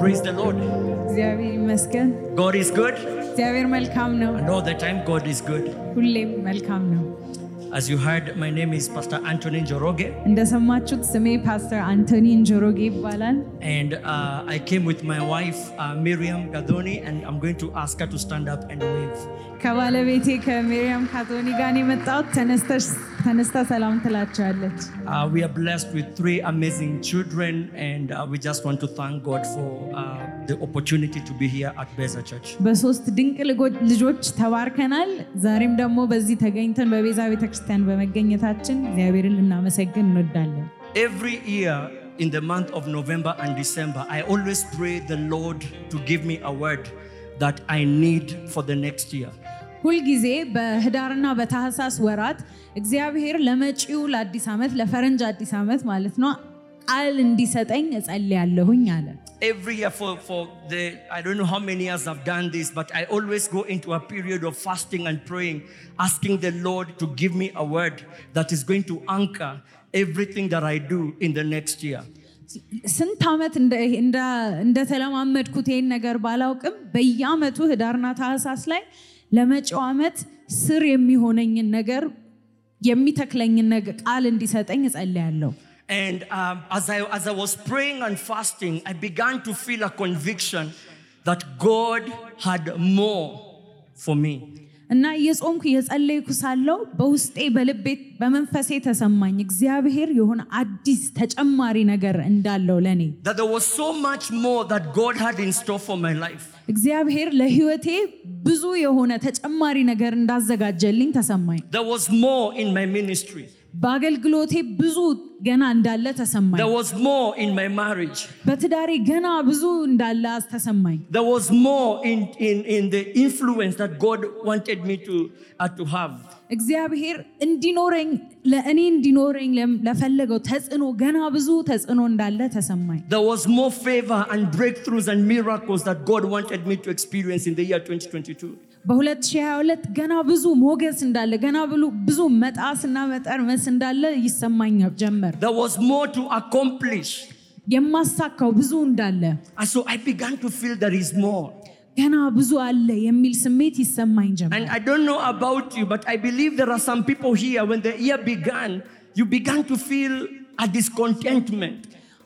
Praise the Lord. እግዚአብሔር ይመስገን። God is good. እግዚአብሔር መልካም ነው፣ And all the time, God is good. ሁሌም መልካም ነው። As you heard, my name is Pastor Anthony Njoroge, እንደሰማችሁት ስሜ ፓስተር አንቶኒ እንጆሮጌ ይባላል። and uh, I came with my wife, uh, Miriam Gadoni, and I'm going to ask her to stand up and wave. ከባለቤቴ ከሜሪያም ካቶኒ ጋር ነው የመጣሁት። ተነስተሽ- ተነስታ ሰላም ትላቸዋለች። Uh, we are blessed with three amazing children, and uh, we just want to thank God for uh, the opportunity to be here at Beza Church. በሶስት ድንቅ ልጎ- ልጆች ተባርከናል። ዛሬም ደግሞ በዚህ ተገኝተን በቤዛ ቤተክርስቲያን በመገኘታችን እግዚአብሔርን ልናመሰግን እንወዳለን። Every year in the month of November and December, I always pray the Lord to give me a word that I need for the next year. ሁልጊዜ በህዳርና በታህሳስ ወራት እግዚአብሔር ለመጪው ለአዲስ ዓመት ለፈረንጅ አዲስ ዓመት ማለት ነው ቃል እንዲሰጠኝ እጸልያለሁኝ አለ። Every year for, for the, I don't know how many years I've done this, but I always go into a period of fasting and praying, asking the Lord to give me a word that is going to anchor everything that I do in the next year. ስንት ዓመት እንደ- እንደ- እንደተለማመድኩት ይህን ነገር ባላውቅም በየዓመቱ ህዳርና ታህሳስ ላይ ለመጪው ዓመት ስር የሚሆነኝን ነገር የሚተክለኝን ነገር ቃል እንዲሰጠኝ እጸልያለሁ። And um, as, I, as I was praying and fasting, I began to feel a conviction that God had more for me. እና እየጾምኩ እየጸለይኩ ሳለው በውስጤ በልቤ በመንፈሴ ተሰማኝ እግዚአብሔር የሆነ አዲስ ተጨማሪ ነገር እንዳለው ለኔ That there was so much more that God had in store for my life. እግዚአብሔር ለህይወቴ ብዙ የሆነ ተጨማሪ ነገር እንዳዘጋጀልኝ ተሰማኝ። There was more in my ministry. በአገልግሎቴ ብዙ ገና እንዳለ ተሰማኝ። There was more in my marriage. በትዳሬ ገና ብዙ እንዳለ ተሰማኝ። There was more in, in, in the influence that God wanted me to, uh, to have. እግዚአብሔር እንዲኖረኝ ለእኔ እንዲኖረኝ ለም- ለፈለገው ተጽዕኖ ገና ብዙ ተጽዕኖ እንዳለ ተሰማኝ። There was more favor and breakthroughs and miracles that God wanted me to experience in the year 2022. በ2022 ገና ብዙ ሞገስ እንዳለ ገና ብሉ- ብዙ መጣስና መጠርመስ እንዳለ ይሰማኝ ጀመር። There was more to accomplish. የማሳካው ብዙ እንዳለ And so I began to feel there is more. ገና ብዙ አለ የሚል ስሜት ይሰማኝ ጀመር። And I don't know about you, but I believe there are some people here, when the year began, you began to feel a discontentment.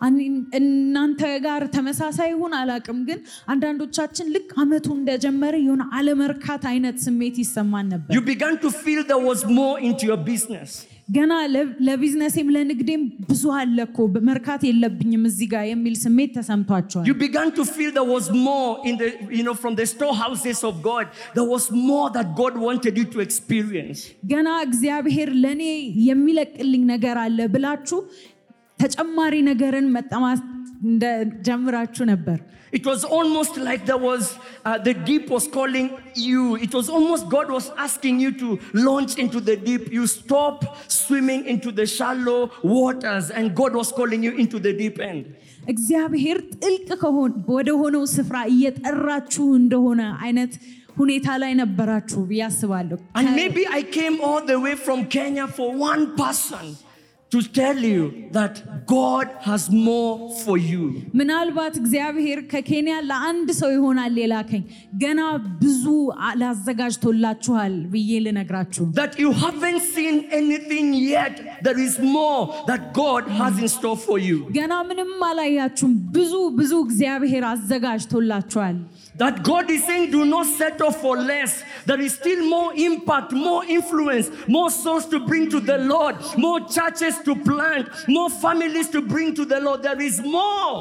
አን- እናንተ ጋር ተመሳሳይ ይሁን አላቅም፣ ግን አንዳንዶቻችን ልክ አመቱ እንደጀመረ የሆነ አለመርካት አይነት ስሜት ይሰማን ነበር። You began to feel there was more into your business. ገና ለ- ለቢዝነሴም ለንግዴም ብዙ አለ እኮ መርካት የለብኝም እዚህ ጋር የሚል ስሜት ተሰምቷቸዋል። You began to feel there was more in the, you know, from the storehouses of God. There was more that God wanted you to experience. ገና እግዚአብሔር ለእኔ የሚለቅልኝ ነገር አለ ብላችሁ ተጨማሪ ነገርን መጠማት እንደጀምራችሁ ነበር። It was almost like there was, uh, the deep was calling you. It was almost God was asking you to launch into the deep. You stop swimming into the shallow waters, and God was calling you into the deep end. እግዚአብሔር ጥልቅ ከሆን- ወደሆነው ስፍራ እየጠራችሁ እንደሆነ አይነት ሁኔታ ላይ ነበራችሁ ብዬ አስባለሁ። And maybe I came all the way from Kenya for one person to tell you that God has more for you. ምናልባት እግዚአብሔር ከኬንያ ለአንድ ሰው ይሆናል የላከኝ ገና ብዙ አ- ላዘጋጅቶላችኋል ብዬ ልነግራችሁ that you haven't seen anything yet. There is more that God has in store for you. ገና ምንም አላያችሁም፣ ብዙ ብዙ እግዚአብሔር አዘጋጅቶላችኋል። That God is saying, do not settle for less. There is still more impact, more influence, more souls to bring to the Lord, more churches to plant, more families to bring to the Lord. There is more.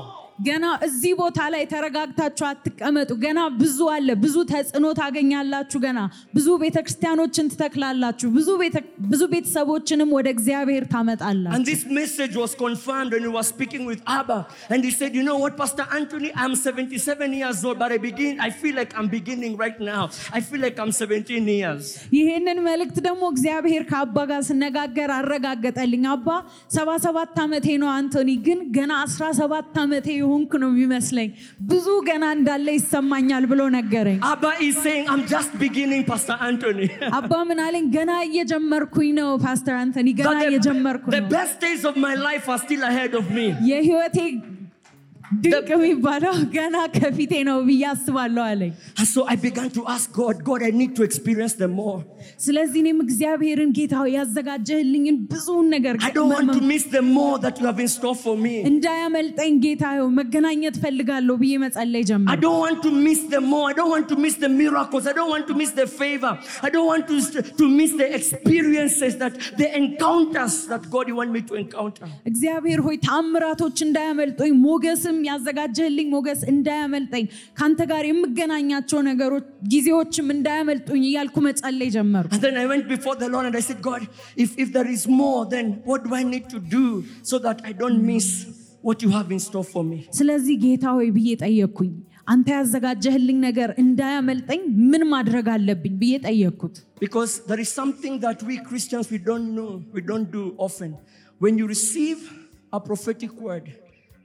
ገና እዚህ ቦታ ላይ ተረጋግታችሁ አትቀመጡ። ገና ብዙ አለ። ብዙ ተጽዕኖ ታገኛላችሁ። ገና ብዙ ቤተክርስቲያኖችን ትተክላላችሁ። ብዙ ቤተ- ብዙ ቤተሰቦችንም ወደ እግዚአብሔር And ታመጣላችሁ። this message was confirmed when we were speaking with Abba. And he said, You know what, Pastor Anthony, I'm 77 years old, but I begin, I feel like I'm beginning right now. I feel like I'm 17 years. ይህንን መልእክት ደግሞ እግዚአብሔር ከአባ ጋር ስነጋገር አረጋገጠልኝ። አባ 77 ዓመቴ ነው አንቶኒ፣ ግን ገና 17 ዓመቴ የሆንኩ ነው የሚመስለኝ፣ ብዙ ገና እንዳለ ይሰማኛል ብሎ ነገረኝ። Abba is saying, I'm just beginning, Pastor Anthony. that አባ ምን አለኝ? ገና እየጀመርኩኝ ነው ፓስተር አንቶኒ፣ ገና the, እየጀመርኩ the ነው best days of my life are still ahead of me. የህይወቴ ድንቅ የሚባለው ገና ከፊቴ ነው ብዬ አስባለሁ አለኝ። And so I began to ask God, God, I need to experience them more. ስለዚህ እኔም እግዚአብሔርን ጌታ ሆይ ያዘጋጀህልኝን ብዙውን ነገር I don't want to መመ- miss the more that you have in store for me. እንዳያመልጠኝ ጌታ ሆይ መገናኘት ፈልጋለሁ ብዬ መጸለይ I ጀመር። don't want to miss the more. I don't want to miss the miracles. I don't want to miss the favor. I don't want to, st- to miss the experiences that the encounters that God you want me to encounter. እግዚአብሔር ሆይ ታምራቶች እንዳያመልጡኝ፣ ሞገስም ያዘጋጀህልኝ ሞገስ እንዳያመልጠኝ፣ ከአንተ ጋር የምገናኛቸው ነገሮች ጊዜዎችም እንዳያመልጡኝ እያልኩ መጸለይ ጀመርኩ። And then I went before the Lord and I said, God, if, if there is more, then what do I need to do so that I don't miss what you have in store for me? ስለዚህ ጌታ ሆይ ብዬ ጠየቅኩኝ። አንተ ያዘጋጀህልኝ ነገር እንዳያመልጠኝ ምን ማድረግ አለብኝ ብዬ ጠየቅኩት። Because there is something that we Christians we don't know, we don't do often. When you receive a prophetic word,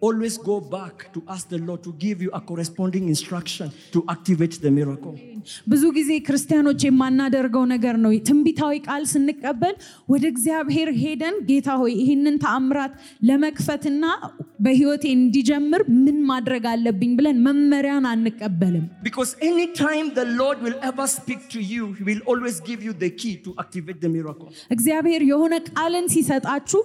always go back to ask the Lord to give you a corresponding instruction to activate the miracle. ብዙ ጊዜ ክርስቲያኖች የማናደርገው ነገር ነው። ትንቢታዊ ቃል ስንቀበል ወደ እግዚአብሔር ሄደን ጌታ ሆይ ይህንን ተአምራት ለመክፈትና በህይወቴ እንዲጀምር ምን ማድረግ አለብኝ ብለን መመሪያን አንቀበልም። Because anytime the Lord will ever speak to you, He will always give you the key to activate the miracle. እግዚአብሔር የሆነ ቃልን ሲሰጣችሁ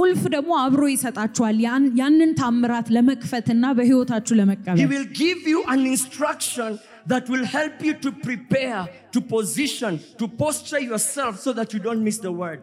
ቁልፍ ደግሞ አብሮ ይሰጣችኋል፣ ያን- ያንን ታምራት ለመክፈትና በህይወታችሁ ለመቀበል He will give you an instruction that will help you to prepare, to position, to posture yourself so that you don't miss the word.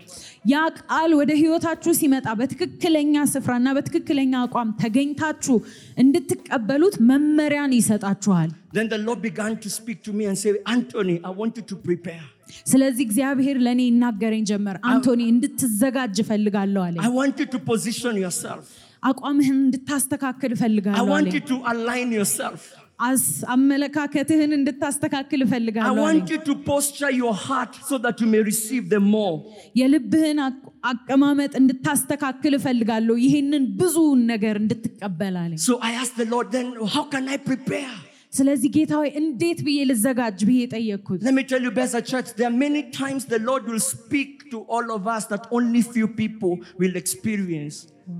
ያ ቃል ወደ ህይወታችሁ ሲመጣ በትክክለኛ ስፍራና በትክክለኛ አቋም ተገኝታችሁ እንድትቀበሉት መመሪያን ይሰጣችኋል። Then the Lord began to speak to me and say, Anthony, I want you to prepare. ስለዚህ እግዚአብሔር ለእኔ ይናገረኝ ጀመር። አንቶኒ እንድትዘጋጅ እፈልጋለሁ I አለኝ። want you to position yourself. አቋምህን እንድታስተካክል I እፈልጋለሁ want you አለኝ። to align yourself. አስ- አመለካከትህን እንድታስተካክል I እፈልጋለሁ አለኝ። want you to posture your heart so that you may receive the more. የልብህን አቅ- አቀማመጥ እንድታስተካክል እፈልጋለሁ፣ ይህንን ብዙውን ነገር እንድትቀበል አለኝ። So I asked the Lord, then how can I prepare? ስለዚህ ጌታ ሆይ እንዴት ብዬ ልዘጋጅ ብዬ ጠየቅኩት። Let me tell you, Bethel Church, there are many times the Lord will speak to all of us that only few people will experience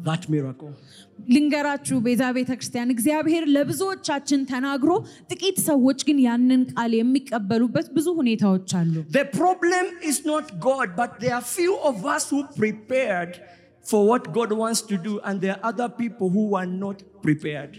that miracle. ልንገራችሁ ቤዛ ቤተ ክርስቲያን እግዚአብሔር ለብዙዎቻችን ተናግሮ ጥቂት ሰዎች ግን ያንን ቃል የሚቀበሉበት ብዙ ሁኔታዎች አሉ። The problem is not God, but there are few of us who prepared for what God wants to do, and there are other people who are not prepared.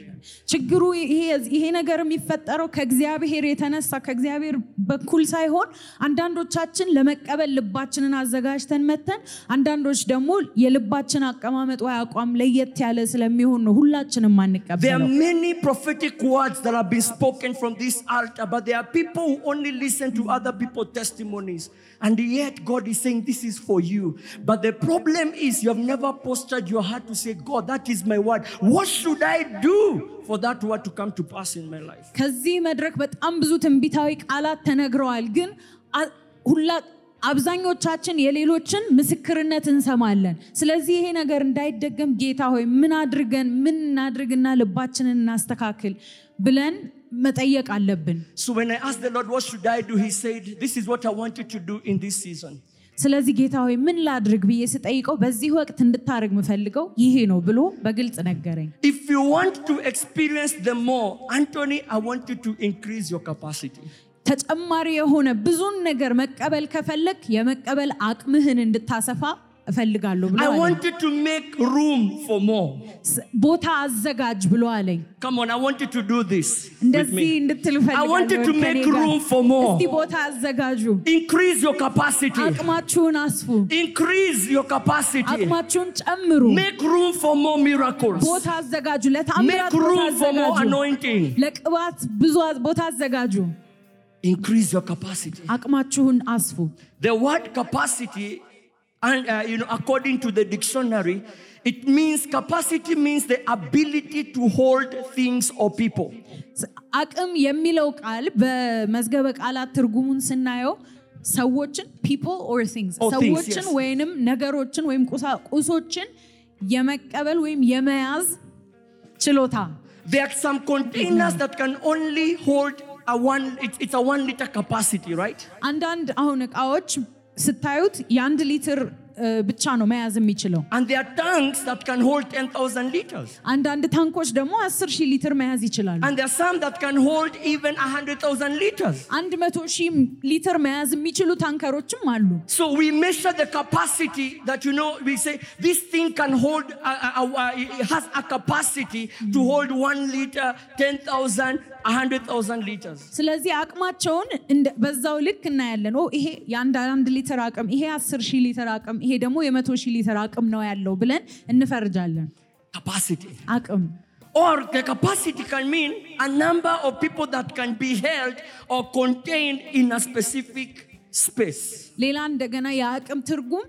ችግሩ ይሄ- ይሄ ነገር የሚፈጠረው ከእግዚአብሔር የተነሳ ከእግዚአብሔር በኩል ሳይሆን አንዳንዶቻችን ለመቀበል ልባችንን አዘጋጅተን መተን፣ አንዳንዶች ደግሞ የልባችን አቀማመጥ ወይ አቋም ለየት ያለ ስለሚሆን ነው ሁላችንም There are አንቀበለው። many prophetic words that have been spoken from this altar, but there are people who only listen to other people's testimonies. And yet, God is saying, This is for you. But the problem is, you have never postured your heart to say, God, that is my word. What should I do for that word to come to pass in my life? ከዚህ መድረክ በጣም ብዙ ትንቢታዊ ቃላት ተነግረዋል። ግን አ- ሁላ አብዛኞቻችን የሌሎችን ምስክርነት እንሰማለን። ስለዚህ ይሄ ነገር እንዳይደገም ጌታ ሆይ ምን አድርገን ምን እናድርግና ልባችንን እናስተካክል ብለን መጠየቅ አለብን። So, when I asked the Lord, What should I do? He said, This is what I want you to do in this season. ስለዚህ ጌታ ሆይ ምን ላድርግ ብዬ ስጠይቀው በዚህ ወቅት እንድታደርግ ምፈልገው ይሄ ነው ብሎ በግልጽ ነገረኝ። If you want to experience the more, Anthony, I want you to increase your capacity. ተጨማሪ የሆነ ብዙን ነገር መቀበል ከፈለግ የመቀበል አቅምህን እንድታሰፋ እፈልጋለሁ ብሎ I አለኝ። want you to make room for more. ስ- ቦታ አዘጋጅ ብሎ አለኝ። Come on, I want you to do this with እንደዚህ me. እንድትል I want you to እፈልጋለሁ make ከኔ ጋር። room for more. እስቲ ቦታ አዘጋጁ፣ Increase your capacity. አቅማችሁን አስፉ፣ Increase your capacity. አቅማችሁን ጨምሩ። Make room for more miracles. ቦታ አዘጋጁ፣ Make ለታምራት ቦታ room for more አዘጋጁ፣ anointing. ለቅባት ብዙ አ- ቦታ አዘጋጁ፣ Increase your capacity. አቅማችሁን አስፉ። The word capacity, and uh, you know, according to the dictionary, it means capacity means the ability to hold things or people. ስ- አቅም የሚለው ቃል በመዝገበ ቃላት ትርጉሙን ስናየው ሰዎችን people or things Or Oh, things, ሰዎችን yes. ወይንም ነገሮችን ወይም ቁሳቁሶችን የመቀበል ወይም የመያዝ ችሎታ There are some containers that can only hold a one. It's, it's a one liter capacity, right? አንዳንድ አሁን እቃዎች ስታዩት የአንድ ሊትር እ፣ ብቻ ነው መያዝ የሚችለው። And there are tanks that can hold 10,000 liters. አንዳንድ ታንኮች ደግሞ 10 ሺህ ሊትር መያዝ ይችላሉ። And there are some that can hold even 100,000 liters. አንድ መቶ ሺህ ሊትር መያዝ የሚችሉ ታንከሮችም አሉ። So we measure the capacity that you know, we say this thing can hold, uh, uh, uh, it has a capacity to hold one liter, 10,000, 100,000 liters. ስለዚህ አቅማቸውን እንደ- በዛው ልክ እናያለን። ኦ ይሄ የአንድ አንድ ሊትር አቅም፣ ይሄ 10 ሺህ ሊትር አቅም፣ ይሄ ደግሞ የመቶ ሺህ ሊትር አቅም ነው ያለው ብለን እንፈርጃለን። Capacity. አቅም Or the capacity can mean a number of people that can be held or contained in a specific space. ሌላ እንደገና የአቅም ትርጉም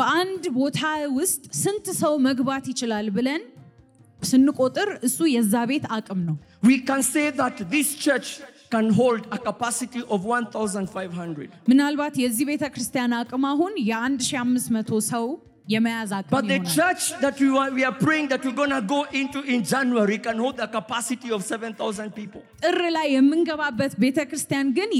በአንድ ቦታ ውስጥ ስንት ሰው መግባት ይችላል ብለን ስንቆጥር እሱ የዛ ቤት አቅም ነው። We can say that this church can hold a capacity of 1,500. ምናልባት የዚህ ቤተ ክርስቲያን አቅም አሁን የ1500 ሰው የመያዝ አቅም But the ይሆናል። church that we, are, we are praying that we're going to go into in January can hold a capacity of 7,000 people. ጥር ላይ የምንገባበት ቤተ ክርስቲያን ግን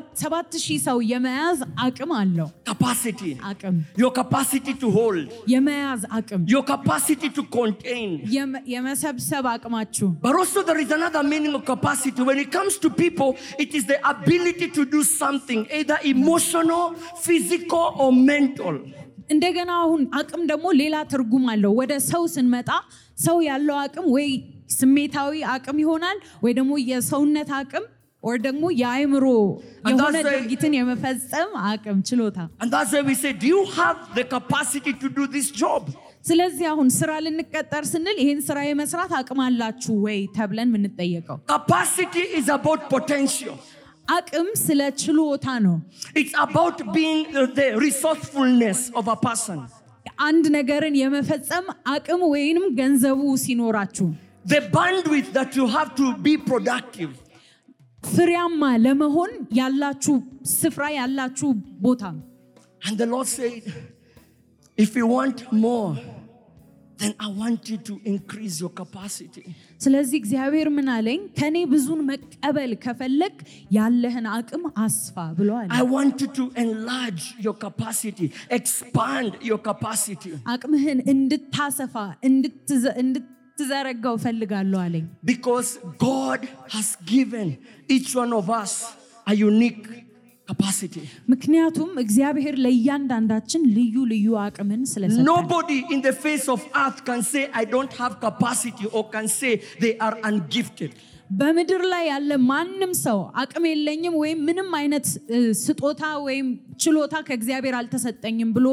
የ7000 ሰው የመያዝ አቅም አለው። Capacity. አቅም Your capacity to hold, የመያዝ አቅም your capacity to contain. የመ- የመሰብሰብ አቅማችሁ But also, there is another meaning of capacity. When it comes to people, it is the ability to do something, either emotional, physical, or mental. እንደገና አሁን አቅም ደግሞ ሌላ ትርጉም አለው። ወደ ሰው ስንመጣ ሰው ያለው አቅም ወይ ስሜታዊ አቅም ይሆናል ወይ ደግሞ የሰውነት አቅም ወይ ደግሞ የአእምሮ And የሆነ that's a- ድርጊትን የመፈጸም አቅም ችሎታ። And that's why we say, Do you have the capacity to do this job? ስለዚህ አሁን ስራ ልንቀጠር ስንል ይህን ስራ የመስራት አቅም አላችሁ ወይ ተብለን የምንጠየቀው Capacity is about potential. አቅም ስለ ችሎታ ነው። It's about being the, the resourcefulness of a person. አንድ ነገርን የመፈጸም አቅም ወይንም ገንዘቡ ሲኖራችሁ The bandwidth that you have to be productive. ፍሬያማ ለመሆን ያላችሁ ስፍራ ያላችሁ ቦታ And the Lord said, If you want more, then I want you to increase your capacity. ስለዚህ እግዚአብሔር ምን አለኝ ከእኔ ብዙን መቀበል ከፈለግ ያለህን አቅም አስፋ ብለዋል I want you to enlarge your capacity, expand your capacity. አቅምህን እንድታሰፋ እንድትዘ- እንድትዘረጋው ፈልጋለሁ አለኝ Because God has given each one of us a unique capacity. ምክንያቱም እግዚአብሔር ለእያንዳንዳችን ልዩ ልዩ አቅምን ስለሰጠን Nobody in the face of earth can say, I don't have capacity, or can say they are ungifted. በምድር ላይ ያለ ማንም ሰው አቅም የለኝም ወይም ምንም አይነት እ፣ ስጦታ ወይም ችሎታ ከእግዚአብሔር አልተሰጠኝም ብሎ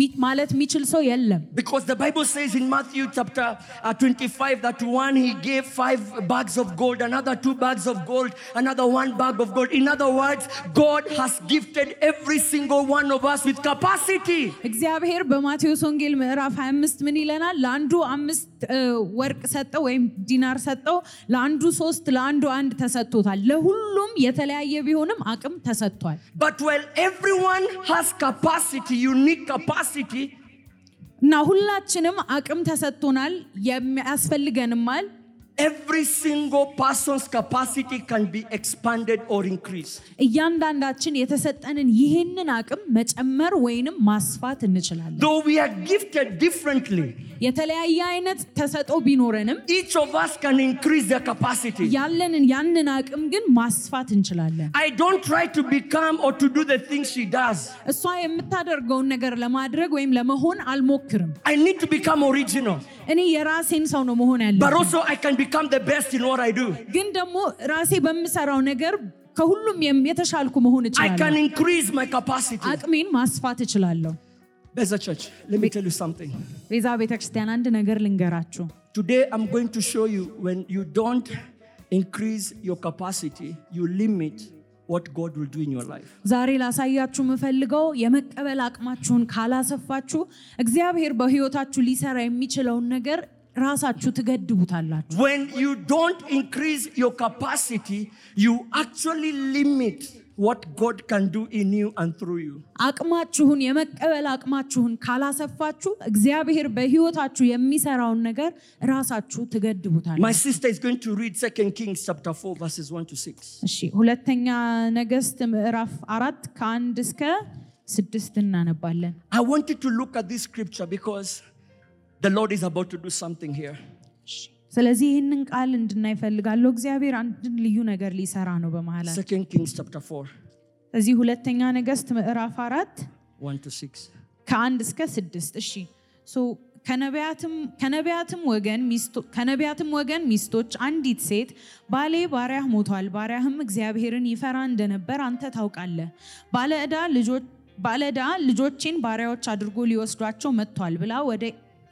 ሚ- ማለት የሚችል ሰው የለም Because the Bible says in Matthew chapter uh, 25 that one he gave five bags of gold, another two bags of gold, another one bag of gold. In other words, God has gifted every single one of us with capacity. እግዚአብሔር በማቴዎስ ወንጌል ምዕራፍ 25 ምን ይለናል? ለአንዱ አምስት እ፣ ወርቅ ሰጠው ወይም ዲናር ሰጠው፣ ለአንዱ ሶስት፣ ለአንዱ አንድ ተሰጥቶታል። ለሁሉም የተለያየ ቢሆንም አቅም ተሰጥቷል። But while everyone has capacity, unique capacity, እና ሁላችንም አቅም ተሰጥቶናል፣ የሚያስፈልገንማል። every single person's capacity can be expanded or increased. እያንዳንዳችን የተሰጠንን ይህንን አቅም መጨመር ወይንም ማስፋት እንችላለን። Though we are gifted differently, የተለያየ አይነት ተሰጥኦ ቢኖረንም each of us can increase their capacity. ያለንን ያንን አቅም ግን ማስፋት እንችላለን። I don't try to become or to do the things she does. እሷ የምታደርገውን ነገር ለማድረግ ወይም ለመሆን አልሞክርም። I need to become original, እኔ የራሴን ሰው ነው መሆን but ያለብኝ። also I can become the best in what I do. ግን ደግሞ ራሴ በምሰራው ነገር ከሁሉም የም- የተሻልኩ መሆን I can እችላለሁ። increase my capacity. አቅሜን ማስፋት እችላለሁ። Beza Church, let me tell you something. ቤዛ ቤተክርስቲያን አንድ ነገር ልንገራችሁ። Today I'm going to show you when you don't increase your capacity, you limit what God will do in your life. ዛሬ ላሳያችሁ የምፈልገው የመቀበል አቅማችሁን ካላሰፋችሁ እግዚአብሔር በሕይወታችሁ ሊሰራ የሚችለውን ነገር ራሳችሁ ትገድቡታላችሁ። When you don't increase your capacity, you actually limit what God can do in you and through you. አቅማችሁን የመቀበል አቅማችሁን ካላሰፋችሁ እግዚአብሔር በሕይወታችሁ የሚሰራውን ነገር ራሳችሁ ትገድቡታል። My sister is going to read 2 Kings chapter 4, verses 1 to 6. እሺ ሁለተኛ ነገሥት ምዕራፍ አራት ከአንድ እስከ ስድስት እናነባለን። I want you to look at this scripture because the Lord is about to do something here. ስለዚህ ይህንን ቃል እንድናይ ፈልጋለሁ። እግዚአብሔር አንድን ልዩ ነገር ሊሰራ ነው በመሃላ Second Kings chapter 4, እዚህ ሁለተኛ ነገስት ምዕራፍ አራት 1 to 6. ከአንድ እስከ ስድስት እሺ ሶ ከነቢያትም- ከነቢያትም ወገን ሚስቶ- ከነቢያትም ወገን ሚስቶች አንዲት ሴት ባሌ ባሪያህ ሞቷል፣ ባሪያህም እግዚአብሔርን ይፈራ እንደነበር አንተ ታውቃለህ። ባለዕዳ ልጆ- ባለዕዳ ልጆቼን ባሪያዎች አድርጎ ሊወስዷቸው መጥቷል ብላ ወደ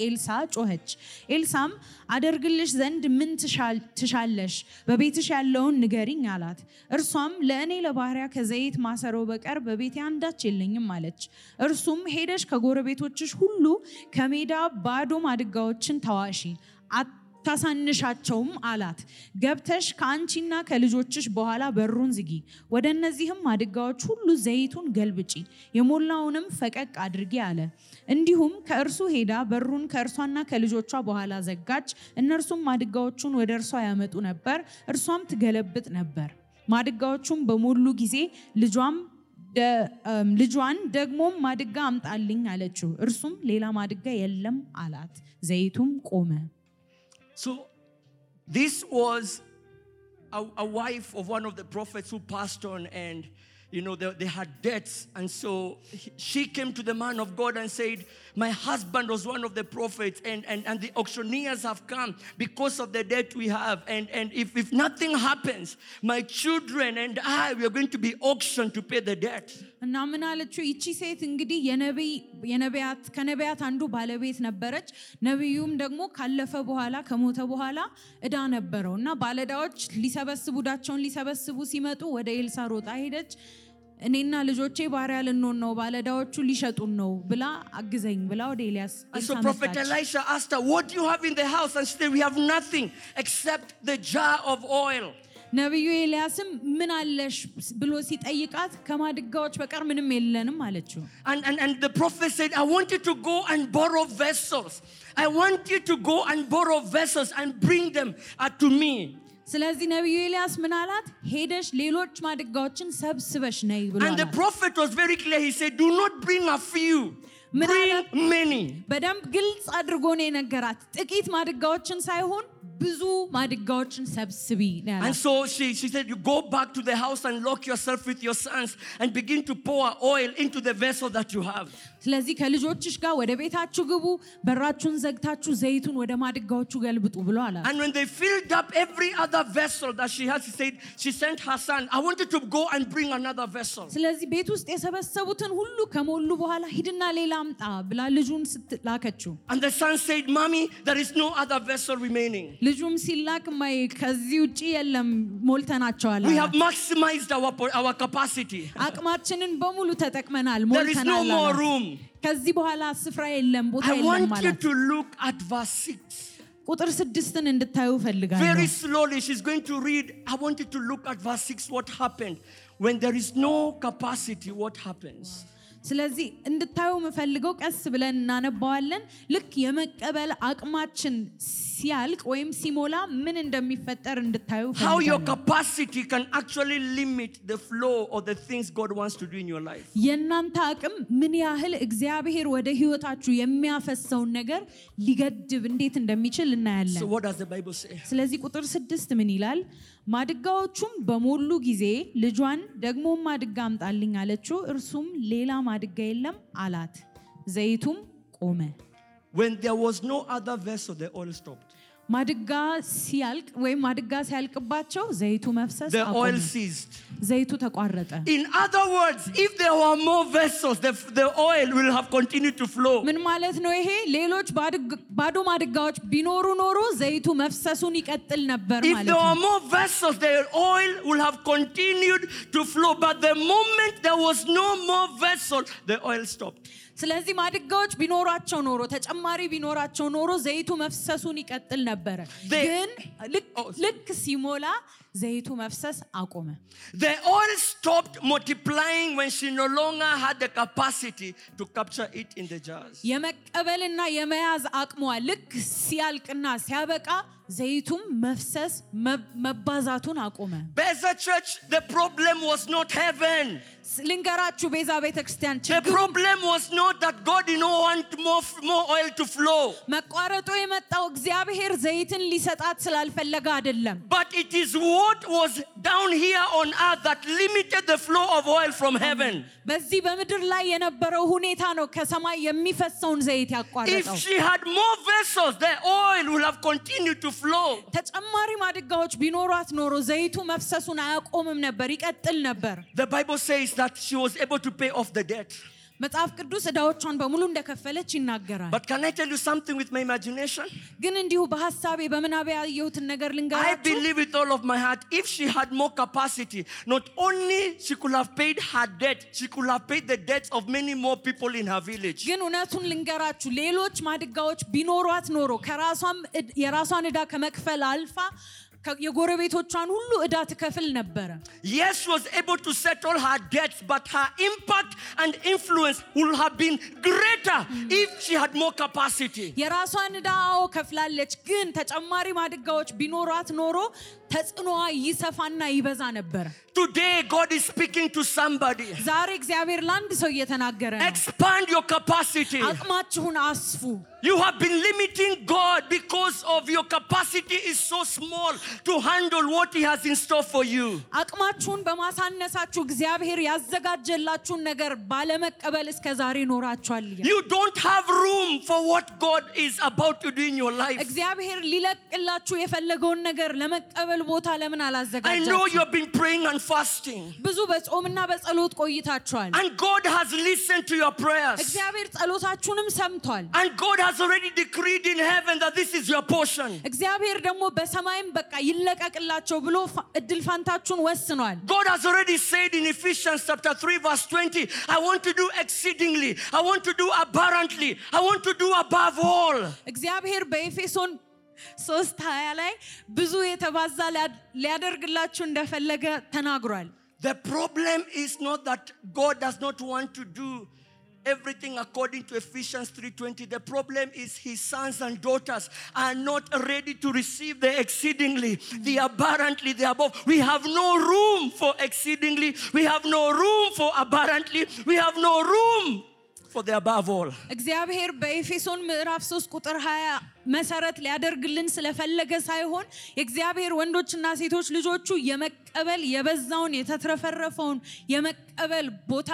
ኤልሳ ጮኸች። ኤልሳም አደርግልሽ ዘንድ ምን ትሻል- ትሻለሽ? በቤትሽ ያለውን ንገሪኝ አላት። እርሷም ለእኔ ለባሪያ ከዘይት ማሰሮ በቀር በቤቴ አንዳች የለኝም አለች። እርሱም ሄደሽ ከጎረቤቶችሽ ሁሉ ከሜዳ ባዶ ማድጋዎችን ተዋሺ አታሳንሻቸውም አላት። ገብተሽ ከአንቺና ከልጆችሽ በኋላ በሩን ዝጊ፣ ወደ እነዚህም ማድጋዎች ሁሉ ዘይቱን ገልብጪ፣ የሞላውንም ፈቀቅ አድርጊ አለ። እንዲሁም ከእርሱ ሄዳ በሩን ከእርሷና ከልጆቿ በኋላ ዘጋች። እነርሱም ማድጋዎቹን ወደ እርሷ ያመጡ ነበር፣ እርሷም ትገለብጥ ነበር። ማድጋዎቹም በሞሉ ጊዜ ልጇም ደ- እም፣ ልጇን ደግሞም ማድጋ አምጣልኝ አለችው። እርሱም ሌላ ማድጋ የለም አላት። ዘይቱም ቆመ። So, this was a, a wife of one of the prophets who passed on, and you know, they, they had debts. And so he- she came to the man of God and said, My husband was one of the prophets, and, and, and the auctioneers have come because of the debt we have. And, and if, if nothing happens, my children and I, we are going to be auctioned to pay the debt. እና ምን አለችው? ይቺ ሴት እንግዲህ የነቢይ የነቢያት ከነቢያት አንዱ ባለቤት ነበረች። ነቢዩም ደግሞ ካለፈ በኋላ ከሞተ በኋላ እዳ ነበረው እና ባለዕዳዎች ሊሰበስቡ እዳቸውን ሊሰበስቡ ሲመጡ ወደ ኤልሳ ሮጣ ሄደች። እኔና ልጆቼ ባሪያ ልንሆን ነው፣ ባለዕዳዎቹ ሊሸጡን ነው ብላ አግዘኝ ብላ ወደ ኤልያስ And ኤልሳ so Prophet መጣች። Elisha asked her, What do you have in the house? And she said, We have nothing except the jar of oil. ነቢዩ ኤልያስም ምን አለሽ ብሎ ሲጠይቃት ከማድጋዎች በቀር ምንም የለንም አለችው። And, and, and the prophet said, I want you to go and borrow vessels. I want you to go and borrow vessels and bring them uh, to me. ስለዚህ ነቢዩ ኤልያስ ምን አላት? ሄደሽ ሌሎች ማድጋዎችን ሰብስበሽ ነይ ብሎ And the አላት። prophet was very clear. He said, Do not bring a few, bring Manala- many. በደንብ ግልጽ አድርጎ ነው የነገራት። ጥቂት ማድጋዎችን ሳይሆን ብዙ ማድጋዎችን ሰብስቢ ነው And ያላት። so she, she said, You go back to the house and lock yourself with your sons and begin to pour oil into the vessel that you have. ስለዚህ ከልጆችሽ ጋር ወደ ቤታችሁ ግቡ፣ በራችሁን ዘግታችሁ ዘይቱን ወደ ማድጋዎቹ ገልብጡ ብሎ አላት። And when they filled up every other vessel that she had, she said, She sent her son, I want you to go and bring another vessel. ስለዚህ ቤት ውስጥ የሰበሰቡትን ሁሉ ከሞሉ በኋላ ሂድና ሌላ አምጣ ብላ ልጁን ስትላከችው And the son said, Mommy, there is no other vessel remaining. ልጁም ሲላክ ማይ ከዚህ ውጭ የለም ሞልተናቸዋል We አላት። have maximized our, po- our capacity. አቅማችንን በሙሉ ተጠቅመናል There is no ሞልተናል more አላት። room. ከዚህ በኋላ ስፍራ የለም ቦታ I የለም want you አላት። to look at verse 6. ቁጥር ስድስትን እንድታዩ Very ፈልጋለሁ slowly, she's going to read. I want you to look at verse 6 what happened. When there is no capacity, what happens? ስለዚህ እንድታዩ የምፈልገው ቀስ ብለን እናነባዋለን ልክ የመቀበል አቅማችን ሲያልቅ ወይም ሲሞላ ምን እንደሚፈጠር እንድታዩ How your ፈልጋለሁ capacity can actually limit the flow of the things God wants to do in your life. የእናንተ አቅም ምን ያህል እግዚአብሔር ወደ ህይወታችሁ የሚያፈሰውን ነገር ሊገድብ እንዴት እንደሚችል እናያለን So, what does the Bible say? ስለዚህ ቁጥር ስድስት ምን ይላል? ማድጋዎቹም በሞሉ ጊዜ ልጇን ደግሞ ማድጋ አምጣልኝ አለችው። እርሱም ሌላ ማድጋ የለም አላት። ዘይቱም ቆመ። When there was no other vessel, the oil stopped. ማድጋ ሲያልቅ ወይም ማድጋ ሲያልቅባቸው ዘይቱ መፍሰስ The አቆመ። oil ceased. ዘይቱ ተቋረጠ። In other words, if there were more vessels, the, the oil will have continued to flow. ምን ማለት ነው ይሄ? ሌሎች ባድግ- ባዶ ማድጋዎች ቢኖሩ ኖሮ ዘይቱ መፍሰሱን ይቀጥል ነበር If ማለት there ነው። were more vessels, the oil would have continued to flow. But the moment there was no more vessel, the oil stopped. ስለዚህ ማድጋዎች ቢኖሯቸው ኖሮ ተጨማሪ ቢኖራቸው ኖሮ ዘይቱ መፍሰሱን ይቀጥል ነበረ። They- ግን ልክ- Oh, sorry. ልክ ሲሞላ ዘይቱ መፍሰስ አቆመ። The oil stopped multiplying when she no longer had the capacity to capture it in the jars. የመቀበልና የመያዝ አቅሟ ልክ ሲያልቅና ሲያበቃ ዘይቱም መፍሰስ መ- መባዛቱን አቆመ። Beza church, the problem was not heaven. ስ- ልንገራችሁ ቤዛ ቤተክርስቲያን The ችግሩ problem was not that God did not want more, more oil to flow, መቋረጡ የመጣው እግዚአብሔር ዘይትን ሊሰጣት ስላልፈለገ አይደለም። but it is what was down here on earth that limited the flow of oil from heaven. በዚህ በምድር ላይ የነበረው ሁኔታ ነው ከሰማይ የሚፈሰውን ዘይት If ያቋረጠው። she had more vessels, the oil would have continued to flow. ተጨማሪ ማድጋዎች ቢኖሯት ኖሮ ዘይቱ መፍሰሱን አያቆምም ነበር፣ ይቀጥል ነበር። The Bible says that she was able to pay off the debt. መጽሐፍ ቅዱስ ዕዳዎቿን በሙሉ እንደከፈለች ይናገራል። But can I tell you something with my imagination? ግን እንዲሁ በሀሳቤ በምናቤ ያየሁትን ነገር I ልንገራችሁ። believe with all of my heart, if she had more capacity, not only she could have paid her debt, she could have paid the debts of many more people in her village. ግን እውነቱን ልንገራችሁ ሌሎች ማድጋዎች ቢኖሯት ኖሮ ከራሷም እድ- የራሷን ዕዳ ከመክፈል አልፋ ከ- የጎረቤቶቿን ሁሉ ዕዳ ትከፍል ነበረ። Yes, she was able to settle her debts, but her impact and influence would have been greater if she had more capacity. የራሷን ዕዳ አዎ ከፍላለች። ግን ተጨማሪ ማድጋዎች ቢኖሯት ኖሮ ተጽዕኖዋ ይሰፋና ይበዛ ነበረ። Today, God is speaking to somebody. ዛሬ እግዚአብሔር ለአንድ ሰው እየተናገረ ነው። Expand your capacity. አቅማችሁን አስፉ። You have been limiting God because of your capacity is so small to handle what He has in store for you. አቅማችሁን በማሳነሳችሁ እግዚአብሔር ያዘጋጀላችሁን ነገር ባለመቀበል እስከ ዛሬ ኖራችኋል። You don't have room for what God is about to do in your life. እግዚአብሔር ሊለቅላችሁ የፈለገውን ነገር ለመቀበል ቦታ ለምን I know አላዘጋጃችሁ? you have been praying and fasting, ብዙ በጾምና በጸሎት ቆይታችኋል። and God has listened to your prayers. እግዚአብሔር ጸሎታችሁንም ሰምቷል። And God has already decreed in heaven that this is your portion. እግዚአብሔር ደግሞ በሰማይም በቃ ይለቀቅላቸው ብሎ ፋ- እድል ፋንታችሁን ወስኗል። God has already said in Ephesians chapter 3, verse 20, I want to do exceedingly, I want to do abundantly, I want to do above all. እግዚአብሔር በኤፌሶን ሶስት ሀያ ላይ ብዙ የተባዛ ሊያ- ሊያደርግላችሁ እንደፈለገ ተናግሯል። The problem is not that God does not want to do everything according to Ephesians 3:20. The problem is his sons and daughters are not ready to receive the exceedingly, the abundantly, the above. We have no room for exceedingly. We have no room for abundantly. We have no room for the above all. እግዚአብሔር በኤፌሶን ምዕራፍ 3 ቁጥር 20 መሰረት ሊያደርግልን ስለፈለገ ሳይሆን የእግዚአብሔር ወንዶችና ሴቶች ልጆቹ የመቀበል የበዛውን የተትረፈረፈውን የመቀበል ቦታ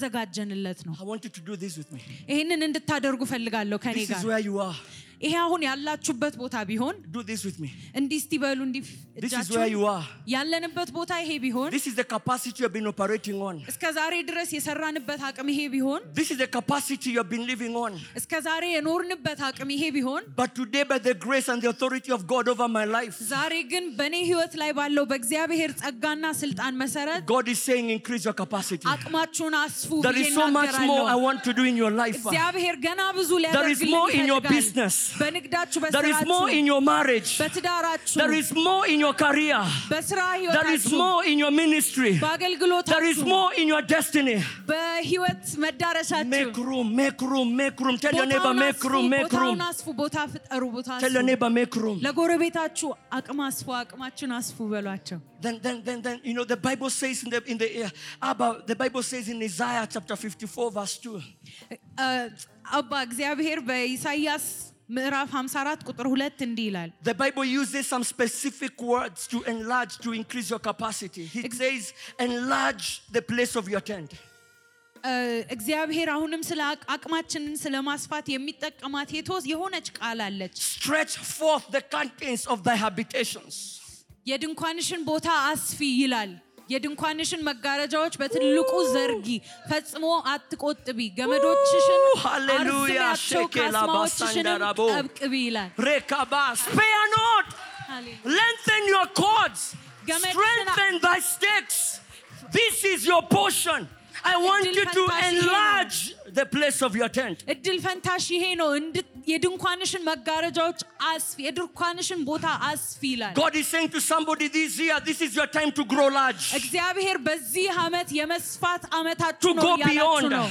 ስላላዘጋጀንለት ነው። I want you to do this with me. ይህንን እንድታደርጉ ፈልጋለሁ ከኔ This ጋር is where you are. ይሄ አሁን ያላችሁበት ቦታ ቢሆን Do this with me. እንዲህ እስቲ በሉ እንዲህ This is እጃችሁን። where you are. ያለንበት ቦታ ይሄ ቢሆን This is the capacity you've been operating on. እስከ ዛሬ ድረስ የሰራንበት አቅም ይሄ ቢሆን This is the capacity you've been living on. እስከ ዛሬ የኖርንበት አቅም ይሄ ቢሆን But today, by the grace and the authority of God over my life, ዛሬ ግን በእኔ ህይወት ላይ ባለው በእግዚአብሔር ጸጋና ስልጣን መሰረት God is saying, increase your capacity. አቅማችሁን አስፉ There ብዬ is so much እናገራለሁ። more I want to do in your life. እግዚአብሔር ገና ብዙ There is more in your ሊያደርግልኝ ይፈልጋል። business. በንግዳችሁ There is more in በስራችሁ your marriage. በትዳራችሁ There is more in your career. በስራ There is ህይወታችሁ more in your ministry. There is በአገልግሎታችሁ more in your destiny. በህይወት መዳረሻችሁ Make room, make room, make room. Tell your neighbor, ቦታውን make አስፉ፣ room, make ቦታውን room. አስፉ ቦታ ፍጠሩ ቦታ Tell your አስፉ። neighbor, make room. ለጎረቤታችሁ አቅም አስፉ አቅማችሁን አስፉ በሏቸው Then, then, then, then, you know, the Bible says in the in the uh, Abba, the Bible says in Isaiah chapter 54, verse 2. እ፣ አባ እግዚአብሔር በኢሳይያስ ምዕራፍ 54 ቁጥር ሁለት እንዲህ ይላል The Bible uses some specific words to enlarge, to increase your capacity. It Ex- says, enlarge the place of your tent. እ፣ እግዚአብሔር አሁንም ስለ አቅ- አቅማችንን ስለ ማስፋት የሚጠቀማት የቶ- የሆነች ቃል አለች Stretch forth the curtains of thy habitations. የድንኳንሽን ቦታ አስፊ ይላል የድንኳንሽን መጋረጃዎች በትልቁ ዘርጊ ፈጽሞ አትቆጥቢ ገመዶችሽን Ooh, hallelujah. አርዝሚያቸው Shekela ካስማዎችሽንም basandarabo. ጠብቅቢ ይላል Rekaba, spare not. Lengthen your cords. Gamet- Strengthen thy stakes. This is your portion. I want you to enlarge the place of your tent. እድል ፈንታሽ ይሄ ነው እንድ- የድንኳንሽን መጋረጃዎች አስፊ የድንኳንሽን ቦታ አስፊ ይላል God is saying to somebody this year, this is your time to grow large. እግዚአብሔር በዚህ ዓመት የመስፋት ዓመታችሁ To ነው go እያላችሁ beyond. ነው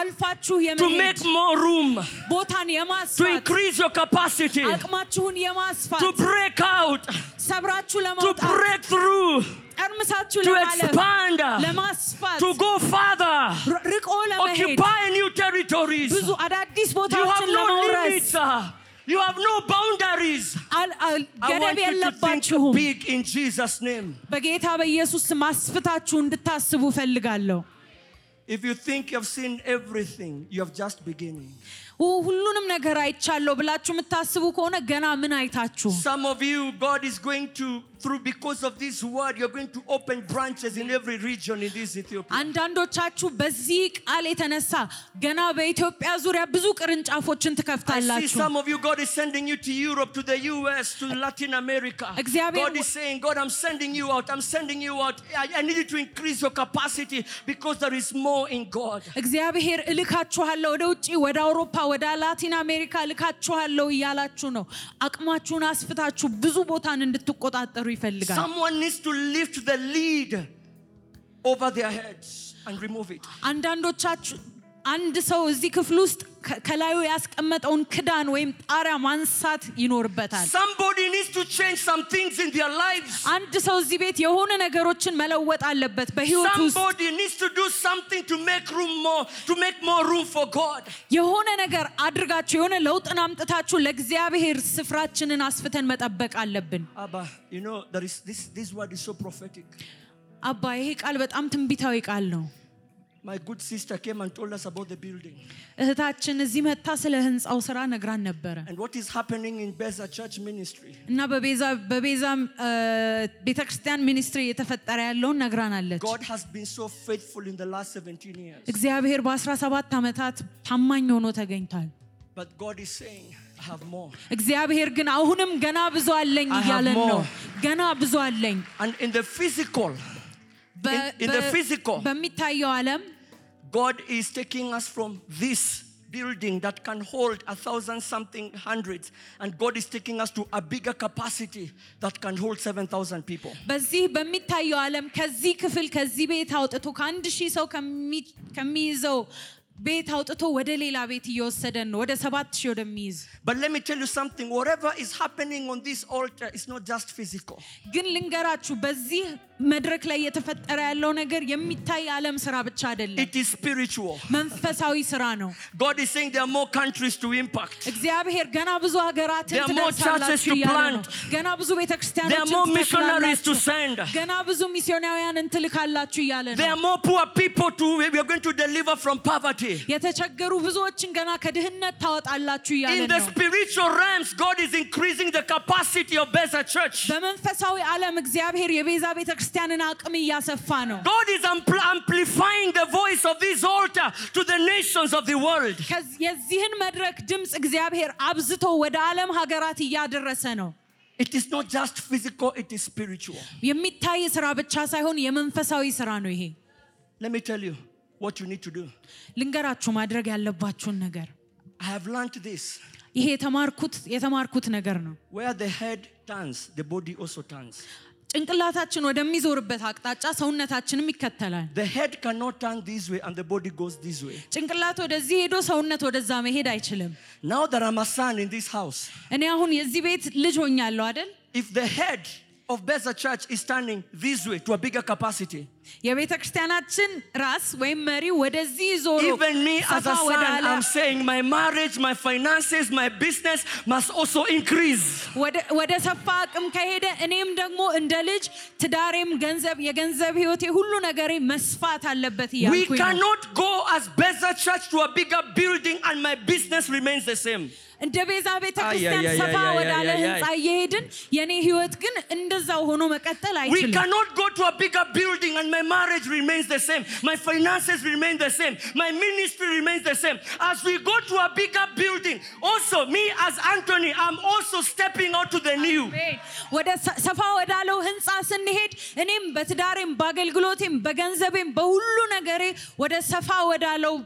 አልፋችሁ to የመሄድ make more room, ቦታን to የማስፋት increase your capacity, to አቅማችሁን የማስፋት break out, to ሰብራችሁ ለማውጣት break through, ቀርምሳችሁ to ለማለፍ expand, ለማስፋት to go further, ር- ርቆ ለመሄድ occupy new territories. ብዙ አዳዲስ You have ቦታዎችን no ለመውረስ limits. uh, You have no boundaries. አል- አል- I ገደብ want you to think የለባችሁም። big in Jesus' name. በጌታ በኢየሱስ ስም አስፍታችሁ እንድታስቡ እፈልጋለሁ። If you think you've seen everything, you have just beginning. ሁ- ሁሉንም ነገር አይቻለሁ ብላችሁ የምታስቡ ከሆነ ገና ምን አይታችሁ? Some of you, God is going to, through because of this word, you're going to open branches in every region in this Ethiopia. አንዳንዶቻችሁ በዚህ ቃል የተነሳ ገና በኢትዮጵያ ዙሪያ ብዙ ቅርንጫፎችን I see ትከፍታላችሁ። some of you, God is sending you to Europe, to the US, to Latin America. እግዚአብሔር- God is saying, God, I'm sending you out. I'm sending you out. I, I need you to increase your capacity because there is more in God. እግዚአብሔር እልካችኋለሁ ወደ ውጭ፣ ወደ አውሮፓ፣ ወደ ላቲን አሜሪካ እልካችኋለሁ እያላችሁ ነው። አቅማችሁን አስፍታችሁ ብዙ ቦታን እንድትቆጣጠሩ ይፈልጋል። Someone needs to lift the lid over their heads and remove it. አንዳንዶቻችሁ አንድ ሰው እዚህ ክፍል ውስጥ ከ- ከላዩ ያስቀመጠውን ክዳን ወይም ጣሪያ ማንሳት ይኖርበታል። Somebody needs to change some things in their lives. አንድ ሰው እዚህ ቤት የሆኑ ነገሮችን መለወጥ አለበት በህይወት ውስጥ Somebody needs to do something to make room more, to make more room for God. የሆነ ነገር አድርጋችሁ የሆነ ለውጥን አምጥታችሁ ለእግዚአብሔር ስፍራችንን አስፍተን መጠበቅ አለብን። Abba, you know, there is this this word is so prophetic. አባ ይሄ ቃል በጣም ትንቢታዊ ቃል ነው። My good sister came and told us about the building እህታችን እዚህ መታ ስለ ህንፃው ስራ ነግራን ነበረ and what is happening in Beza Church Ministry. እና በቤዛ በቤዛ እ፣ ቤተክርስቲያን ሚኒስትሪ የተፈጠረ ያለውን ነግራናለች። God has been so faithful in the last 17 years. እግዚአብሔር በ17 ዓመታት ታማኝ ሆኖ ተገኝቷል። But God is saying, I have more. እግዚአብሔር ግን አሁንም ገና ብዙ አለኝ I have እያለን ነው። more. ገና ብዙ አለኝ። And in the physical, በ- In- in the በ- physical. በሚታየው ዓለም God is taking us from this building that can hold a thousand something hundreds, and God is taking us to a bigger capacity that can hold 7,000 people. በዚህ በሚታየው ዓለም ከዚህ ክፍል ከዚህ ቤት አውጥቶ ከአንድ ሺህ ሰው ከሚ- ከሚይዘው ቤት አውጥቶ ወደ ሌላ ቤት እየወሰደን ነው፣ ወደ ሰባት ሺህ ወደሚይዝ። But let me tell you something whatever is happening on this altar is not just physical, ግን ልንገራችሁ፣ በዚህ መድረክ ላይ የተፈጠረ ያለው ነገር የሚታይ ዓለም ስራ ብቻ አይደለም፣ it is spiritual. መንፈሳዊ ስራ ነው። God is saying there are more countries to impact, እግዚአብሔር ገና ብዙ ሀገራትን There are more churches ትደርሳላችሁ to እያለ ነው። plant. ገና ብዙ there are ቤተክርስቲያኖችን more missionaries to ትተክላላችሁ። send. ገና ብዙ ሚስዮናውያንን ትልካላችሁ እያለ There are ነው። more poor people to we are going to deliver from poverty. የተቸገሩ ብዙዎችን ገና ከድህነት ታወጣላችሁ እያለ In the ነው። spiritual realms, God is increasing the capacity of Beza Church. በመንፈሳዊ ዓለም እግዚአብሔር የቤዛ ቤተክርስቲያንን አቅም እያሰፋ ነው። God is ampl- amplifying the voice of this altar to the nations of the world. ከዚ- የዚህን መድረክ ድምፅ እግዚአብሔር አብዝቶ ወደ ዓለም ሀገራት እያደረሰ ነው። It is not just physical, it is spiritual. የሚታይ ስራ ብቻ ሳይሆን የመንፈሳዊ ስራ ነው። ይሄ Let me tell you what you need to do. ልንገራችሁ ማድረግ ያለባችሁን ነገር I have learned this. ይሄ የተማርኩት የተማርኩት ነገር ነው። Where the head turns, the body also turns. ጭንቅላታችን ወደሚዞርበት አቅጣጫ ሰውነታችንም ይከተላል። The head cannot turn this way and the body goes this way. ጭንቅላት ወደዚህ ሄዶ ሰውነት ወደዛ መሄድ አይችልም። Now that I'm a son in this house, እኔ አሁን የዚህ ቤት ልጅ ሆኛለሁ አይደል? if the head of Beza Church is turning this way to a bigger capacity, የቤተ ክርስቲያናችን ራስ ወይም መሪ ወደዚህ ዞሮ even me as ሰፋ a son, ወዳለ I'm saying my marriage, my finances, my business must also increase. ወደ- ወደ ሰፋ አቅም ከሄደ እኔም ደግሞ እንደ ልጅ ትዳሬም፣ ገንዘብ፣ የገንዘብ ህይወቴ ሁሉ ነገሬ መስፋት አለበት We እያልኩኝ ነው። cannot go as Beza Church to a bigger building and my business remains the same. እንደ ቤዛ ቤተ ክርስቲያን አይ, አይ, አይ, ሰፋ አይ, አይ, ወዳለ አይ, አይ. ህንፃ እየሄድን የኔ ህይወት ግን እንደዛው ሆኖ መቀጠል We አይችልም። cannot go to a bigger building and my marriage remains the same. My finances remain the same. My ministry remains the same. As we go to a bigger building, also me as Anthony, I'm also stepping out to the new. ወደ ሰ- ሰፋ ወዳለው ህንፃ ስንሄድ እኔም በትዳሬም በአገልግሎቴም በገንዘቤም በሁሉ ነገሬ ወደ ሰፋ ወዳለው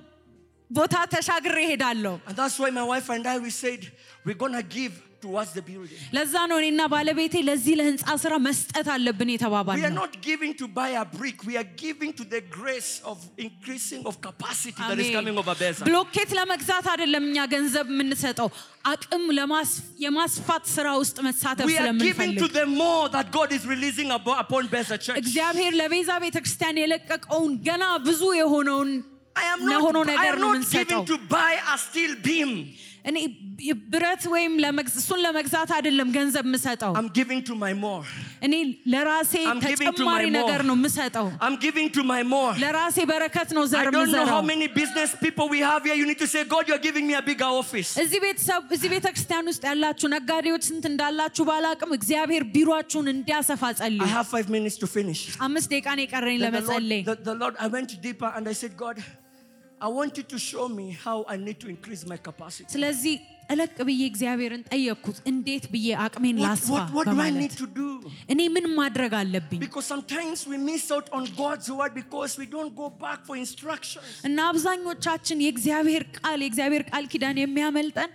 ቦታ ተሻግሬ እሄዳለሁ። And that's why my wife and I, we said, we're going to give towards the building. ለዛ ነው እኔና ባለቤቴ ለዚህ ለህንፃ ስራ መስጠት አለብን የተባባል We are not giving to buy a brick. We are giving to the grace of increasing of capacity that is coming over Beza. ብሎኬት ለመግዛት አይደለም እኛ ገንዘብ የምንሰጠው አቅም ለማስ- የማስፋት ስራ ውስጥ መሳተፍ We are giving to ስለምንፈልግ the more that God is releasing abo- upon Beza Church. እግዚአብሔር ለቤዛ ቤተክርስቲያን የለቀቀውን ገና ብዙ የሆነውን I am ለሆነው not, I ነገር am ነው not የምንሰጠው giving to buy a steel beam. እኔ ብረት ወይም ለመግዝ- እሱን ለመግዛት አይደለም ገንዘብ የምሰጠው I'm giving to my more. እኔ ለራሴ I'm giving to my ተጨማሪ more. ነገር ነው የምሰጠው I'm giving to my more. ለራሴ በረከት ነው ዘር I don't know how የምዘራው many business people we have here. You need to say, God, you're giving me a bigger office. እዚህ ቤተሰብ እዚህ ቤተክርስቲያን ውስጥ ያላችሁ ነጋዴዎች ስንት እንዳላችሁ ባላቅም እግዚአብሔር ቢሯችሁን እንዲያሰፋ I ጸልዩ have five minutes to finish. አምስት ደቂቃን የቀረኝ Then the, Lord, ለመጸለይ the, the Lord, I went deeper and I said, God, I want you to show me how I need to increase my capacity. ስለዚህ እለቅ ብዬ እግዚአብሔርን ጠየቅኩት እንዴት ብዬ አቅሜን What, ላስፋ what, what do I need በማለት to do? እኔ ምን ማድረግ አለብኝ Because sometimes we miss out on God's word because we don't go back for instructions. እና አብዛኞቻችን የእግዚአብሔር ቃል የእግዚአብሔር ቃል ኪዳን የሚያመልጠን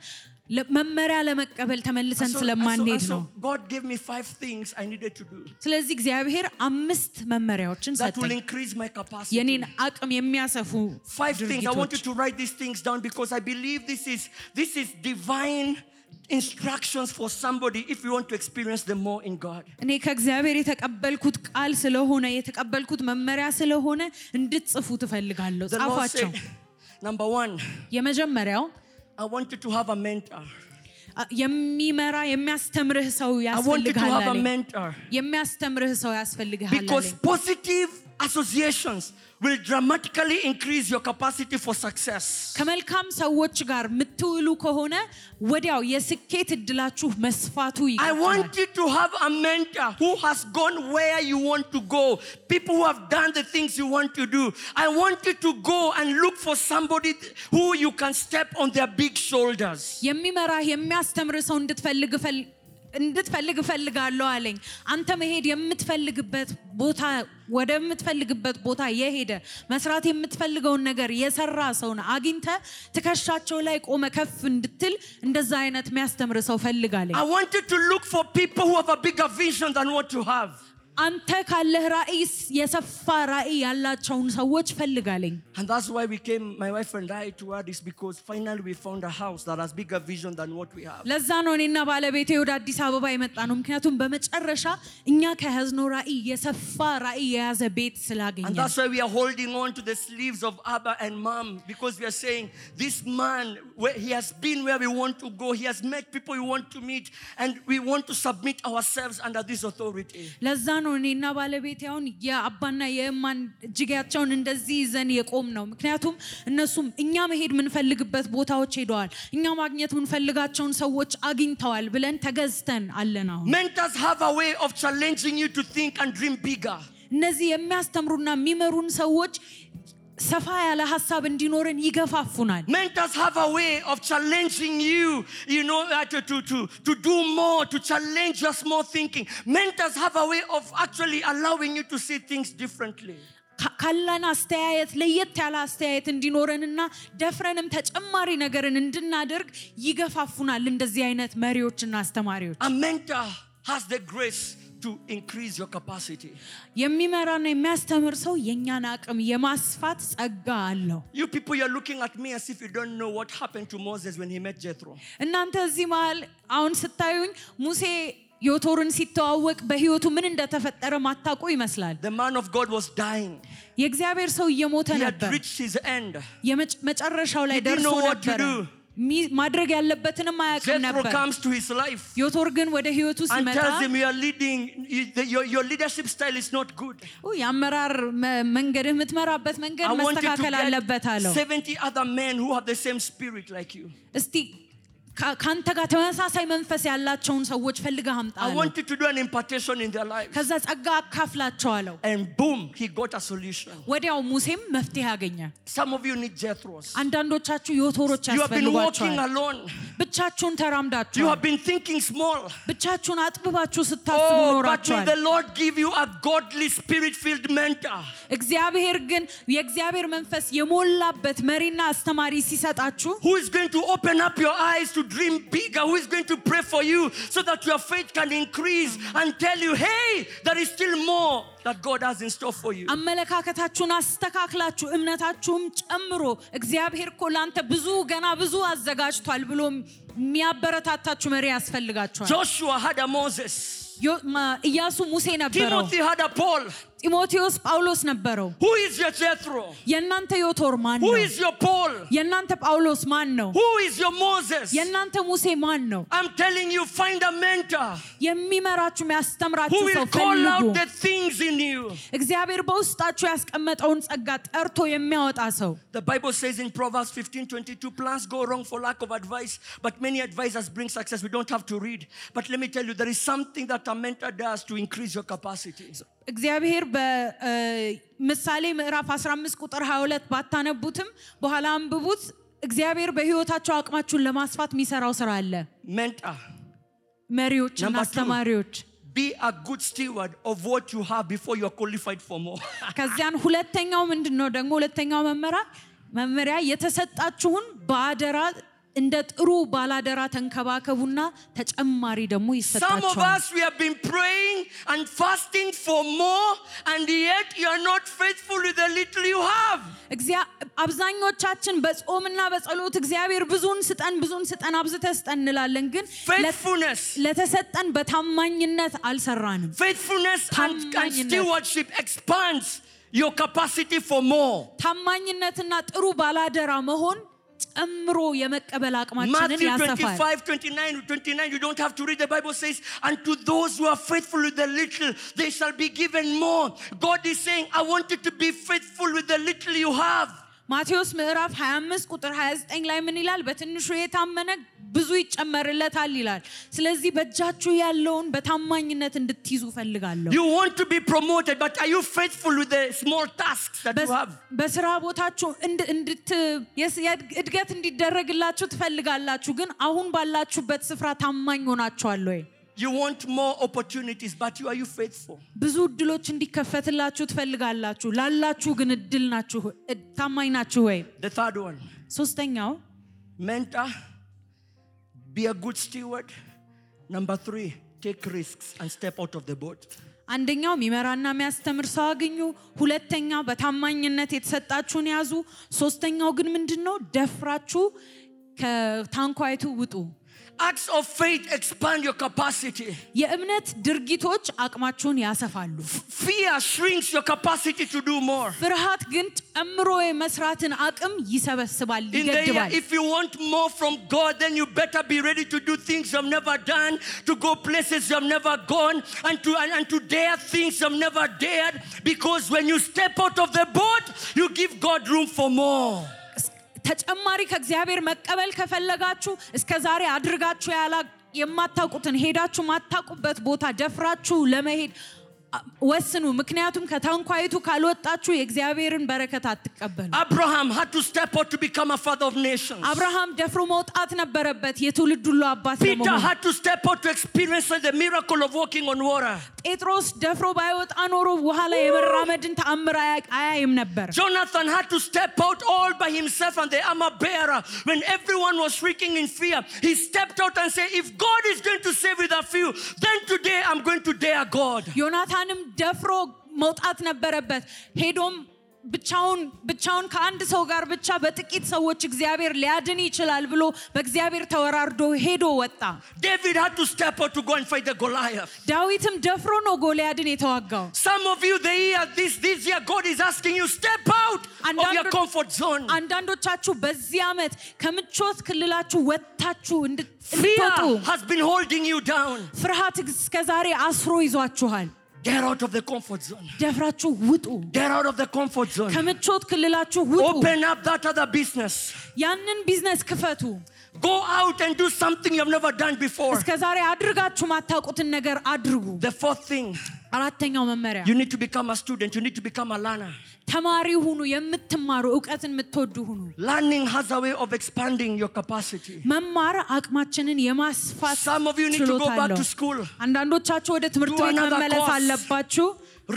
ለ- መመሪያ ለመቀበል ተመልሰን So- so- ስለማንሄድ ነው so God gave me five things I needed to do ስለዚህ እግዚአብሔር አምስት መመሪያዎችን that will ሰጠኝ increase my capacity. የኔን አቅም የሚያሰፉ Five things. I want you ድርጊቶች to write these things down because I believe this is this is divine instructions for somebody if you want to experience them more in God. እኔ ከእግዚአብሔር የተቀበልኩት ቃል ስለሆነ የተቀበልኩት መመሪያ ስለሆነ እንድትጽፉ ትፈልጋለሁ The Lord ጻፏቸው said, number one, የመጀመሪያው I want you to have a mentor. አ- የሚመራ የሚያስተምርህ I ሰው want you to ያስፈልግሃል have a አለኝ። mentor የሚያስተምርህ ሰው ያስፈልግሃል because አለኝ። positive associations will dramatically increase your capacity for success. ከመልካም ሰዎች ጋር የምትውሉ ከሆነ ወዲያው የስኬት እድላችሁ መስፋቱ I ይቀጥላል። want you to have a mentor who has gone where you want to go. People who have done the things you want to do. I want you to go and look for somebody th- who you can step on their big shoulders. የሚመራህ የሚያስተምርህ ሰው እንድትፈልግ እፈል- እንድትፈልግ እፈልጋለሁ አለኝ። አንተ መሄድ የምትፈልግበት ቦታ ወደምትፈልግበት ቦታ የሄደ መስራት የምትፈልገውን ነገር የሰራ ሰውን አግኝተ ትከሻቸው ላይ ቆመ ከፍ እንድትል እንደዛ አይነት የሚያስተምር ሰው ፈልጋለኝ። I want you to look for people who have a bigger vision than what you have. አንተ ካለህ ራእይ ስ- የሰፋ ራእይ ያላቸውን ሰዎች ፈልጋለኝ And that's why we came, my wife and I, to Addis because finally we found a house that has bigger vision than what we have. ለዛ ነው እኔና ባለቤቴ ወደ አዲስ አበባ የመጣ ነው ምክንያቱም በመጨረሻ እኛ ከያዝነው ራእይ የሰፋ ራእይ የያዘ ቤት ስላገኘ And that's why we are holding on to the sleeves of Abba and Mom because we are saying, This man, where he has been where we want to go, he has met people we want to meet, and we want to submit ourselves under this authority. ለዛ ነው እኔና ባለቤቴ አሁን የአባና የእማን እጅጌያቸውን እንደዚህ ይዘን የቆም ነው ምክንያቱም እነሱም እኛ መሄድ የምንፈልግበት ቦታዎች ሄደዋል እኛ ማግኘት የምንፈልጋቸውን ሰዎች አግኝተዋል ብለን ተገዝተን አለን አሁን Mentors have a way of challenging you to think and dream bigger. እነዚህ የሚያስተምሩና የሚመሩን ሰዎች ሰፋ ያለ ሀሳብ እንዲኖረን ይገፋፉናል። Mentors have a way of challenging you, you know, uh, to, to, to, to do more, to challenge your small thinking. Mentors have a way of actually allowing you to see things differently. ካ- ካለን አስተያየት ለየት ያለ አስተያየት እንዲኖረንና ደፍረንም ተጨማሪ ነገርን እንድናደርግ ይገፋፉናል። እንደዚህ አይነት መሪዎችና አስተማሪዎች A mentor has the grace to increase your capacity. የሚመራና የሚያስተምር ሰው የእኛን አቅም የማስፋት ጸጋ አለው። You people, you're looking at me as if you don't know what happened to Moses when he met Jethro. እናንተ እዚህ መሃል አሁን ስታዩኝ ሙሴ ዮቶርን ሲተዋወቅ በህይወቱ ምን እንደተፈጠረ ማታውቁ ይመስላል። The man of God was dying. የእግዚአብሔር ሰው እየሞተ He had ነበር። reached his end. የመጭ- መጨረሻው ላይ He didn't ደርሶ know what to ነበረ do. ሚ- ማድረግ ያለበትንም አያውቅም Jethro ነበር comes to his life ዮቶር ግን ወደ ህይወቱ and ሲመጣ tells him, "You are leading. you- the- your, your leadership style is not good. "ኡ፣ የአመራር መ- መንገድህ የምትመራበት መንገድ I want you መስተካከል to አለበት get አለው 70 other men who have the same spirit like you. እስቲ ከ- ከአንተ ጋር ተመሳሳይ መንፈስ ያላቸውን ሰዎች ፈልገህ አምጣ I አለው። want you to do an impartation in their life." ከዛ ጸጋ አካፍላቸው አለው And boom, he got a solution. ወዲያው ሙሴም መፍትሄ አገኘ Some of you need Jethros. አንዳንዶቻችሁ ዮቶሮች You have been walking ያስፈልጓቸዋል alone. ብቻችሁን You ተራምዳችኋል have been thinking small. ብቻችሁን አጥብባችሁ ስታስቡ Oh, but may ኖራችኋል the Lord give you a godly, spirit filled mentor. እግዚአብሔር ግን የእግዚአብሔር መንፈስ የሞላበት መሪና አስተማሪ ሲሰጣችሁ Who is going to open up your eyes to dream bigger? Who is going to pray for you so that your faith can increase and tell you, hey, there is still more that God has in store for you? አመለካከታችሁን አስተካክላችሁ እምነታችሁም ጨምሮ እግዚአብሔር እኮ ለአንተ ብዙ ገና ብዙ አዘጋጅቷል ብሎ የሚያበረታታችሁ መሪ ያስፈልጋችኋል። Joshua had a Moses, ዮ- ማ- ኢያሱ ሙሴ ነበረው፣ Timothy had a Paul. ጢሞቴዎስ ጳውሎስ ነበረው። Who is your Jethro? የእናንተ ዮቶር ማን Who ነው? is your Paul? የእናንተ ጳውሎስ ማን ነው? Who is your Moses? የእናንተ ሙሴ ማን ነው? I'm telling you, find a mentor የሚመራችሁ የሚያስተምራችሁ who ሰው will call ፈልጉ። out the things in you. እግዚአብሔር በውስጣችሁ ያስቀመጠውን ጸጋ ጠርቶ የሚያወጣ ሰው The Bible says in Proverbs 15 22, plans go wrong for lack of advice, but many advisors bring success. We don't have to read. But let me tell you, there is something that a mentor does to increase your capacity. እግዚአብሔር በምሳሌ ምዕራፍ 15 ቁጥር 22 ባታነቡትም በኋላ አንብቡት። እግዚአብሔር በሕይወታቸው አቅማችሁን ለማስፋት የሚሰራው ስራ አለ። Mentor, መሪዎችና Number two. አስተማሪዎች be a good steward of what you have before you are qualified for more. ከዚያን ሁለተኛው ምንድን ነው ደግሞ ሁለተኛው መመሪያ መመሪያ የተሰጣችሁን በአደራ እንደ ጥሩ ባላደራ ተንከባከቡና ተጨማሪ ደግሞ Some of ይሰጣችኋል። us, we have been praying and fasting for more, and yet you are not faithful with the little you have. እግዚአ- አብዛኞቻችን በጾምና በጸሎት እግዚአብሔር ብዙን ስጠን ብዙን ስጠን አብዝተ ስጠን እንላለን ግን ለ- Faithfulness. ለተሰጠን በታማኝነት አልሰራንም Faithfulness and, and Tamanginess. stewardship expands your capacity for more. ታማኝነትና ጥሩ ባላደራ መሆን ጨምሮ የመቀበል አቅማችንን Matthew ያሰፋል 25, 29, 29, you don't have to read. The Bible says, And to those who are faithful with the little, they shall be given more. God is saying, I want you to be faithful with the little you have. ማቴዎስ ምዕራፍ 25 ቁጥር 29 ላይ ምን ይላል? በትንሹ የታመነ ብዙ ይጨመርለታል ይላል። ስለዚህ በእጃችሁ ያለውን በታማኝነት እንድትይዙ ፈልጋለሁ። You want to be promoted, but are you faithful with the small tasks that you በስ- have? በስራ ቦታችሁ እንድ- እንድት የስ- የእድ- እድገት እንዲደረግላችሁ ትፈልጋላችሁ፣ ግን አሁን ባላችሁበት ስፍራ ታማኝ ሆናችኋል ወይ? You want more opportunities, but you are you faithful? ብዙ እድሎች እንዲከፈትላችሁ ትፈልጋላችሁ፣ ላላችሁ ግን እድል ናችሁ እድ- ታማኝ ናችሁ ወይ? The third one, ሶስተኛው mentor, be a good steward. Number three, take risks and step out of the boat. አንደኛው የሚመራና የሚያስተምር ሰው አግኙ። ሁለተኛ በታማኝነት የተሰጣችሁን ያዙ። ሶስተኛው ግን ምንድን ነው? ደፍራችሁ ከታንኳይቱ ውጡ። Acts of faith expand your capacity. የእምነት ድርጊቶች አቅማችሁን ያሰፋሉ። Fear shrinks your capacity to do more. ፍርሃት ግን ጨምሮ የመስራትን አቅም ይሰበስባል፣ In the year, ይገድባል። if you want more from God, then you better be ready to do things you've never done, to go places you've never gone, and to and, and to dare things you've never dared. Because when you step out of the boat, you give God room for more. ተጨማሪ ከእግዚአብሔር መቀበል ከፈለጋችሁ እስከ ዛሬ አድርጋችሁ ያላ የማታውቁትን ሄዳችሁ ማታውቁበት ቦታ ደፍራችሁ ለመሄድ አ- ወስኑ። ምክንያቱም ከታንኳይቱ ካልወጣችሁ የእግዚአብሔርን በረከት አትቀበሉ። Abraham had to step out to become a father of nations. አብርሃም ደፍሮ መውጣት ነበረበት የትውልድ ሁሉ አባት Peter ለመሆን። had to step out to experience the miracle of walking on water. ጴጥሮስ ደፍሮ ባይወጣ ኖሮ ውሃ ላይ የመራመድን ተአምር አያ- አያይም ነበር። Jonathan had to step out all by himself and the armor bearer when everyone was shrieking in fear. He stepped out and said, If God is going to save with a few, then today I'm going to dare God. ዮናታንም ደፍሮ መውጣት ነበረበት። ሄዶም ብቻውን ብቻውን ከአንድ ሰው ጋር ብቻ በጥቂት ሰዎች እግዚአብሔር ሊያድን ይችላል ብሎ በእግዚአብሔር ተወራርዶ ሄዶ ወጣ። David had to step out to go and fight the Goliath. ዳዊትም ደፍሮ ነው ጎልያድን የተዋጋው። Some of you, the year, this, this year, God is asking you, step out And of your under- comfort zone. አንዳንዶቻችሁ በዚህ ዓመት ከምቾት ክልላችሁ ወጥታችሁ እንድ- Fear እንድትወጡ has been holding you down. ፍርሃት እስከ ዛሬ አስሮ ይዟችኋል። Dare out of the comfort zone. ደፍራችሁ ውጡ። Dare out of the comfort zone. ከምቾት ክልላችሁ ውጡ። Open up that other business. ያንን ቢዝነስ ክፈቱ። Go out and do something you've never done before. እስከ ዛሬ አድርጋችሁ ማታውቁትን ነገር አድርጉ። The fourth thing, አራተኛው መመሪያ you need to become a student, you need to become a learner. ተማሪ ሁኑ፣ የምትማሩ እውቀትን የምትወዱ ሁኑ። Learning has a way of expanding your capacity. መማር አቅማችንን የማስፋት Some of you need to go ችሎታ back አለው። to school. አንዳንዶቻችሁ ወደ ትምህርት Do ቤት another መመለስ course. አለባችሁ።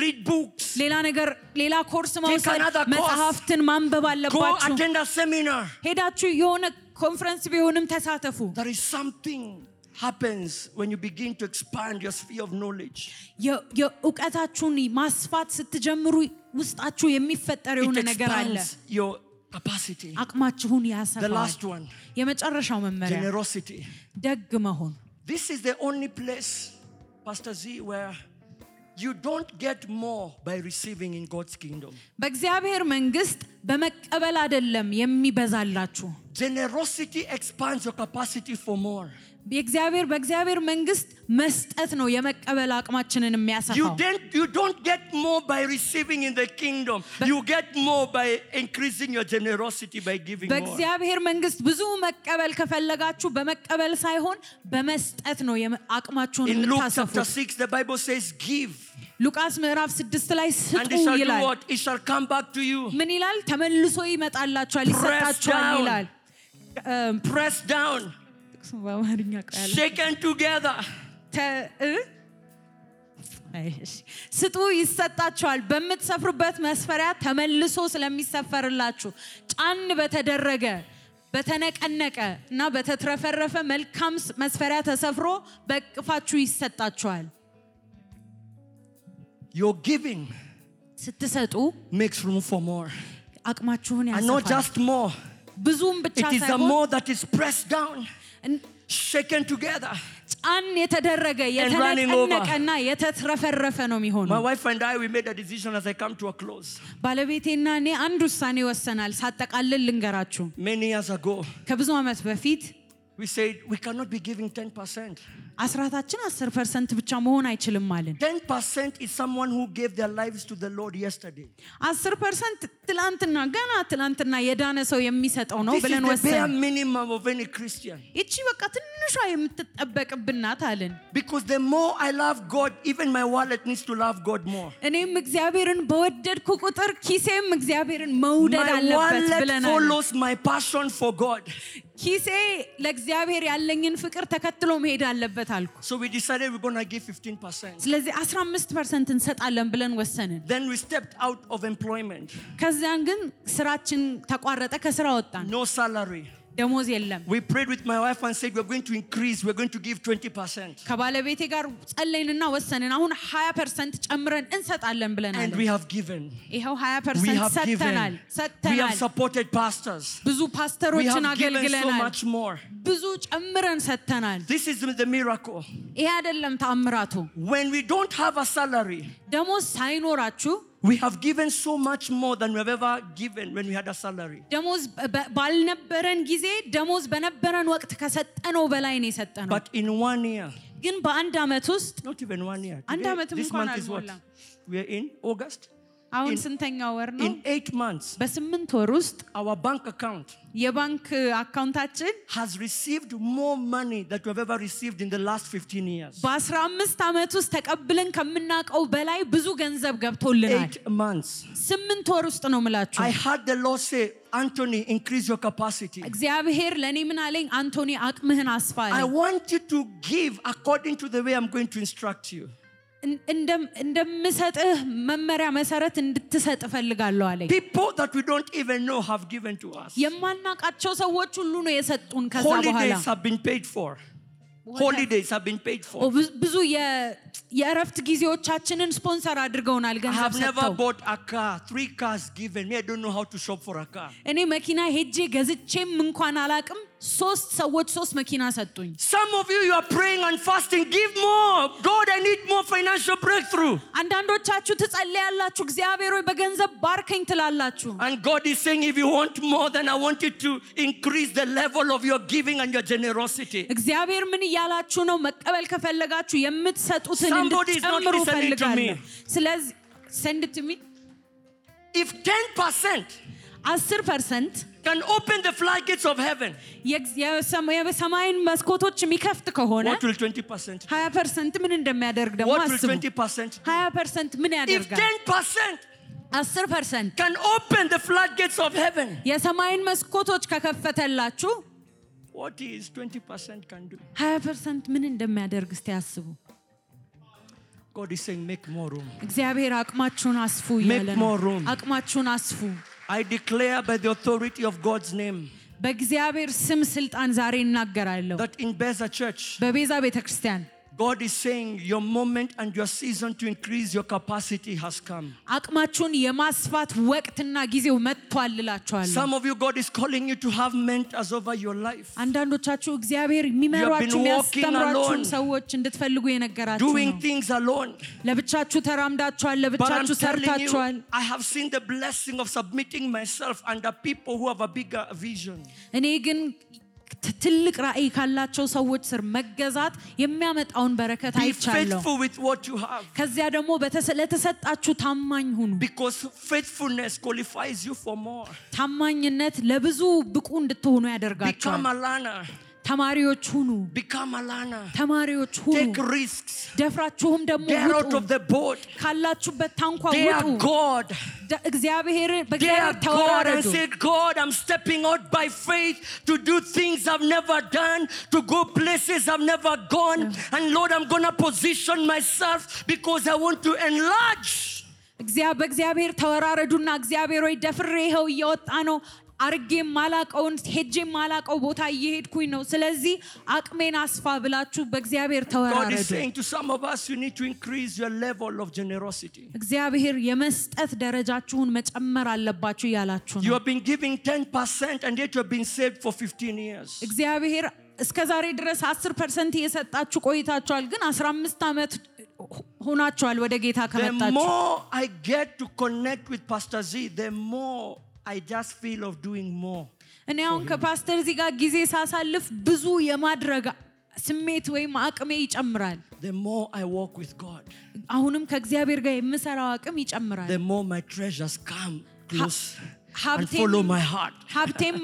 Read books, ሌላ ነገር ሌላ ኮርስ መውሰድ another course. መጽሐፍትን ማንበብ go አለባችሁ። attend a seminar, ሄዳችሁ የሆነ ኮንፈረንስ ቢሆንም ተሳተፉ። There is something happens when you begin to expand your sphere of knowledge. የ- የእውቀታችሁን ማስፋት ስትጀምሩ ውስጣችሁ የሚፈጠር የሆነ It ነገር አለ። expands your capacity. Ah, አቅማችሁን The ያሰፋል። last one, የመጨረሻው መመሪያ generosity. ደግ መሆን። This is the only place, Pastor Z, where you don't get more by receiving in God's kingdom. በእግዚአብሔር መንግስት በመቀበል አይደለም የሚበዛላችሁ። Generosity expands your capacity for more. የእግዚአብሔር በእግዚአብሔር መንግስት መስጠት ነው የመቀበል አቅማችንን You የሚያሰፋው። don't, you don't get more by receiving in the kingdom. you get more by increasing your generosity by giving more. በእግዚአብሔር መንግስት ብዙ መቀበል ከፈለጋችሁ በመቀበል ሳይሆን በመስጠት ነው የመ- አቅማችሁን In Luke chapter የምታሰፉት። 6, the Bible says, Give, ሉቃስ ምዕራፍ ስድስት ላይ and it ስጡ shall do ይላል። what? It shall come back to you. ምን ይላል? ተመልሶ ይመጣላችኋል፣ Press ይሰጣችኋል down. ይላል። እም፣ Pressed down, ጥቅሱን በአማርኛ ቃል shaken together, ተ- እ? አይ፣ እሺ። ስጡ ይሰጣችኋል። በምትሰፍሩበት መስፈሪያ ተመልሶ ስለሚሰፈርላችሁ ጫን በተደረገ በተነቀነቀ እና በተትረፈረፈ መልካም ስ- መስፈሪያ ተሰፍሮ በእቅፋችሁ ይሰጣችኋል። your giving ስትሰጡ makes room for more. አቅማችሁን And not ያሰፋል። just more, ብዙም ብቻ it is the ሳይሆን more that is pressed down, እን- shaken together. ጫን የተደረገ And running over. የተነቀነቀና የተትረፈረፈ ነው My የሚሆነው። wife and I, we made a decision as I come to a close ባለቤቴና እኔ አንድ ውሳኔ ወሰናል። ሳጠቃልል ልንገራችሁ። many years ago. ከብዙ ዓመት በፊት We said we cannot be giving 10%. አስራታችን 10 ፐርሰንት ብቻ መሆን አይችልም አልን። 10% is someone who gave their lives to the Lord yesterday. 10 ፐርሰንት ትላንትና ገና ትላንትና የዳነ ሰው የሚሰጠው ነው this is ብለን the bare ወሰን። minimum of any Christian. ይቺ በቃ ትንሿ የምትጠበቅብናት አልን። Because the more I love God, even my wallet needs to love God more. እኔም እግዚአብሔርን በወደድኩ ቁጥር ኪሴም እግዚአብሔርን መውደድ My አለበት wallet ብለናል። follows my passion for God. ኪሴ ለእግዚአብሔር ያለኝን ፍቅር ተከትሎ መሄድ አለበት አልኩ። So we decided we're going to give 15%. ስለዚህ 15 ፐርሰንት እንሰጣለን ብለን ወሰንን። Then we stepped out of employment. ከዚያን ግን ስራችን ተቋረጠ፣ ከስራ ወጣን፣ No salary. ደሞዝ የለም። We prayed with my wife and said, We're going to increase, we're going to give 20%. ከባለቤቴ ጋር ጸለይንና ወሰንን። አሁን 20 ፐርሰንት ጨምረን እንሰጣለን ብለናል። And we have given. ይኸው 20 We ፐርሰንት have ሰጥተናል given. We have ሰጥተናል። supported pastors. ብዙ We ፓስተሮችን have given so አገልግለናል። much more. ብዙ ጨምረን ሰጥተናል። This is the miracle. ይሄ አይደለም ተአምራቱ። When we don't have a salary, ደሞዝ ሳይኖራችሁ we have given so much more than we've ever given when we had a salary. ደሞዝ በ- በ- ባልነበረን ጊዜ ደሞዝ በነበረን ወቅት ከሰጠነው በላይ ነው የሰጠነው። But in one year, ግን በአንድ ዓመት ውስጥ not even one year. አንድ Today, ዓመትም this እንኳን month is what? አልሞላም። We are in August. አሁን In- ስንተኛ ወር ነው? In eight months, በስምንት ወር ውስጥ our bank account የባንክ አካውንታችን has received more money that we've ever received in the last 15 years. በአስራ አምስት ዓመት ውስጥ ተቀብለን ከምናውቀው በላይ ብዙ ገንዘብ ገብቶልናል። Eight months. ስምንት ወር ውስጥ ነው ምላችሁ። I heard the Lord say, Anthony, increase your capacity. እግዚአብሔር ለእኔ ምን አለኝ? አንቶኒ አቅምህን አስፋ I አለኝ። want you to give according to the way I'm going to instruct you. እን- እንደም- እንደምሰጥህ መመሪያ መሰረት እንድትሰጥ እፈልጋለሁ አለኝ። People that we don't even know have given to us. የማናውቃቸው ሰዎች ሁሉ ነው የሰጡን። ከዛ በኋላ Holidays have been paid for. Holidays have been paid ኦ፣ for. ብዙ- ብዙ የ- የእረፍት ጊዜዎቻችንን ስፖንሰር አድርገውናል I ገንዘብ have never ሰጥተው። bought a car. Three cars given me. I don't know how to shop for a car. እኔ መኪና ሄጄ ገዝቼም እንኳን አላቅም። ሶስት ሰዎች ሶስት መኪና ሰጡኝ። Some of you, you are praying and fasting. Give more. God, I need more financial breakthrough. አንዳንዶቻችሁ ትጸልያላችሁ፣ እግዚአብሔር ሆይ በገንዘብ ባርከኝ ትላላችሁ። And God is saying, if you want more, then I want you to increase the level of your giving and your generosity. እግዚአብሔር ምን እያላችሁ ነው? መቀበል ከፈለጋችሁ የምትሰጡትን Somebody is not እንድትጨምሩ listening to ፈልጋለሁ። me. ስለዚህ send it to me If 10% 10% can open the floodgates of heaven, የእግዝ- የሰማ- የሰማይን መስኮቶች የሚከፍት ከሆነ what will 20% do? 20% ምን እንደሚያደርግ ደግሞ What will አስቡ። 20% do? 20% ምን If ያደርጋል? 10% 10% can open the floodgates of heaven, የሰማይን መስኮቶች ከከፈተላችሁ what is 20% can do? 20% ምን እንደሚያደርግ እስቲ አስቡ። God is saying, make more room. እግዚአብሔር አቅማችሁን አስፉ Make እያለ ነው። more room. አቅማችሁን አስፉ። I declare by the authority of God's name, በእግዚአብሔር ስም ስልጣን ዛሬ እናገራለሁ። that in Beza Church, በቤዛ ቤተ ክርስቲያን God is saying your moment and your season to increase your capacity has come. አቅማችሁን የማስፋት ወቅትና ጊዜው መጥቷል እላችኋለሁ። Some of you, God is calling you to have mentors over your life, አንዳንዶቻችሁ እግዚአብሔር የሚመሯችሁ You have been walking የሚያስተምሯችሁን alone. ሰዎች እንድትፈልጉ የነገራችሁ ነው። doing things alone. ለብቻችሁ But ተራምዳችኋል፣ I'm ለብቻችሁ telling ሰርታችኋል። you, I have seen the blessing of submitting myself under people who have a bigger vision. እኔ ግን ት- ትልቅ ራዕይ ካላቸው ሰዎች ስር መገዛት የሚያመጣውን በረከት Be አይቻለሁ። faithful with what you have ከዚያ ደግሞ በተሰ- ለተሰጣችሁ ታማኝ ሁኑ። because faithfulness qualifies you for more. ታማኝነት ለብዙ ብቁ እንድትሆኑ Become ያደርጋችኋል። a learner. ተማሪዎች ሁኑ፣ Become a learner. ተማሪዎች ሁኑ። Take risks. ደፍራችሁም ደግሞ Get out ውጡ። of the boat. ካላችሁበት ታንኳ Dare ውጡ። God. ደ- እግዚአብሔር Dare በእግዚአብሔር God and ተወራረዱ። say, God, I'm stepping out by faith to do things I've never done, to go places I've never gone. And Lord, I'm going to position myself because I want to enlarge. እግዚአ- በእግዚአብሔር ተወራረዱና እግዚአብሔር ወይ ደፍሬ ይኸው እየወጣ ነው አርጌ ማላቀውን ሄጄ ማላቀው ቦታ እየሄድኩኝ ነው። ስለዚህ አቅሜን አስፋ ብላችሁ በእግዚአብሔር God is ተወራረዱ። saying to some of us, you need to increase your level of Mm-hmm. generosity. እግዚአብሔር የመስጠት ደረጃችሁን መጨመር አለባችሁ እያላችሁ You ነው። have been giving 10% and yet you have been saved for 15 years. እግዚአብሔር እስከ ዛሬ ድረስ 10 ፐርሰንት እየሰጣችሁ ቆይታችኋል፣ ግን 15 ዓመት ሆናችኋል ወደ ጌታ The ከመጣችሁ more I get to connect with Pastor Z, the more I just feel of doing more. እኔ አሁን ከፓስተር ዚህ ጋር ጊዜ ሳሳልፍ ብዙ የማድረግ ስሜት ወይም አቅሜ ይጨምራል። The more I walk with God, አሁንም ከእግዚአብሔር ጋር የምሰራው አቅም ይጨምራል። the more my treasures come close and ሀብቴም- follow my heart. ሀብቴም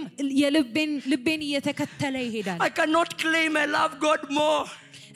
የልቤን ልቤን እየተከተለ ይሄዳል። I cannot claim I love God more,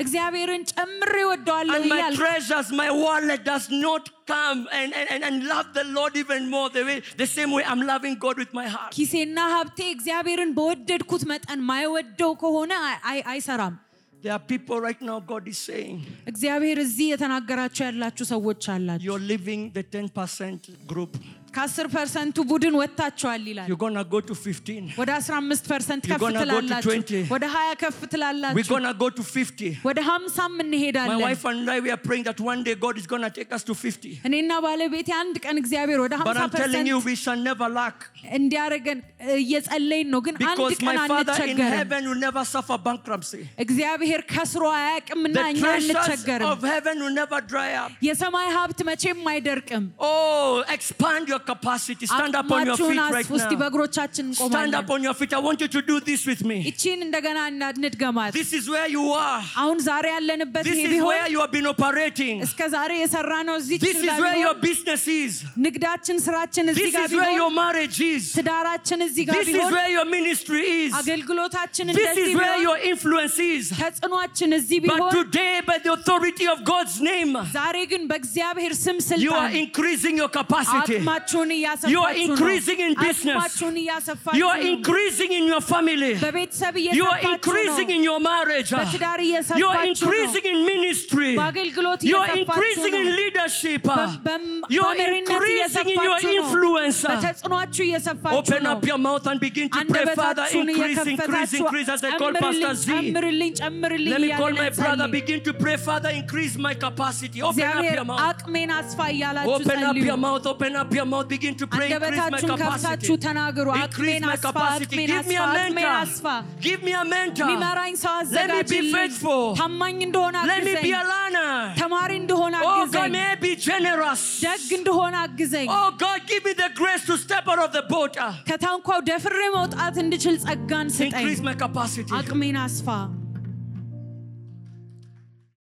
እግዚአብሔርን ጨምሬ ወደዋለሁ and my እያልክ treasures, my wallet does not come and, and, and, and love the Lord even more the way the same way I'm loving God with my heart. ኪሴና ሀብቴ እግዚአብሔርን በወደድኩት መጠን ማይወደው ከሆነ አይ- አይ- አይሰራም። There are people right now, God is saying, እግዚአብሔር እዚህ የተናገራችሁ ያላችሁ ሰዎች አላችሁ። You're leaving the 10% group. ከ10 ፐርሰንቱ ቡድን ወጥታችኋል ይላል። You're gonna go to 15. ወደ 15 ፐርሰንት You're ከፍ gonna go to ትላላችሁ፣ 20. ወደ 20 ከፍ We're ትላላችሁ፣ gonna go to 50. ወደ 50 My እንሄዳለን። wife and I we are praying that one day God is gonna take us to 50. እኔና ባለቤቴ አንድ ቀን እግዚአብሔር ወደ But 50 I'm telling ፐርሰንት you, we shall never lack. እንዲያደርገን እየጸለይን ነው። ግን አንድ Because ቀን my Father in አንቸገርም። heaven will never suffer bankruptcy. እግዚአብሔር ከስሮ አያውቅምና The እኛ treasures አንቸገርም። of heaven will never dry up. የሰማይ ሀብት መቼም አይደርቅም። Oh, expand your capacity. Stand up on your feet አቅማችሁን right አስፉ። እስቲ now. በእግሮቻችን Stand እንቆማለን። up on your feet. I want you to do this with me. ይቺን እንደገና እና- እንድገማት። This is where you are. አሁን ዛሬ ያለንበት This ይሄ is ቢሆን where you have been operating. እስከ ዛሬ የሰራ ነው እዚህ This is where your business is. ንግዳችን፣ ስራችን እዚህ This ጋር is where ቢሆን your marriage is. ትዳራችን እዚህ ጋር This is ቢሆን where your ministry is. አገልግሎታችን This እንደዚህ is where ቢሆን your influence is. ተጽዕኗችን እዚህ But ቢሆን today, by the authority of God's name, ዛሬ ግን በእግዚአብሔር ስም you are ስልጣን increasing your capacity. አቅማችሁን You እያሰፋችሁ are increasing in ነው። business. አቅማችሁን እያሰፋችሁ You are ነው። increasing in your family. በቤተሰብ You are እየሰፋችሁ increasing ነው። in your marriage. በትዳር You are እየሰፋችሁ ነው። increasing in ministry. በአገልግሎት You are እየሰፋችሁ increasing ነው። in leadership. በ- በም- You are በመሪነት increasing in your እየሰፋችሁ ነው። influence. በተጽዕኗችሁ እየሰፋችሁ Open ነው። up your mouth and begin to pray, Father, አንደበታችሁን increase, increase, እየከፈታችሁ increase. As I call Pastor Z, ጨምርልኝ፣ ጨምርልኝ let me call እያልን my brother. እንጸልይ። Begin to pray, Father, increase my capacity. Open up እግዚአብሔር your mouth. አቅሜን አስፋ እያላችሁ Open up ጸልዩ። your mouth. Open up your mouth. Begin to pray. Increase my አንደበታችሁን ከፍታችሁ capacity. ተናገሩ። Increase አቅሜን my አስፋ፣ capacity. አቅሜን Give me አስፋ፣ a አቅሜን አስፋ። mentor. Give me a mentor. የሚመራኝ ሰው Let me be አዘጋጅልኝ። faithful. ታማኝ እንደሆነ Let me be አግዘኝ። a learner. ተማሪ እንደሆነ Oh God, አግዘኝ። may I be generous. ደግ እንደሆነ አግዘኝ። Oh God, give me the grace to step out of the boat. ከታንኳው ደፍሬ መውጣት እንድችል ጸጋን ስጠኝ። Increase my capacity. አቅሜን አስፋ።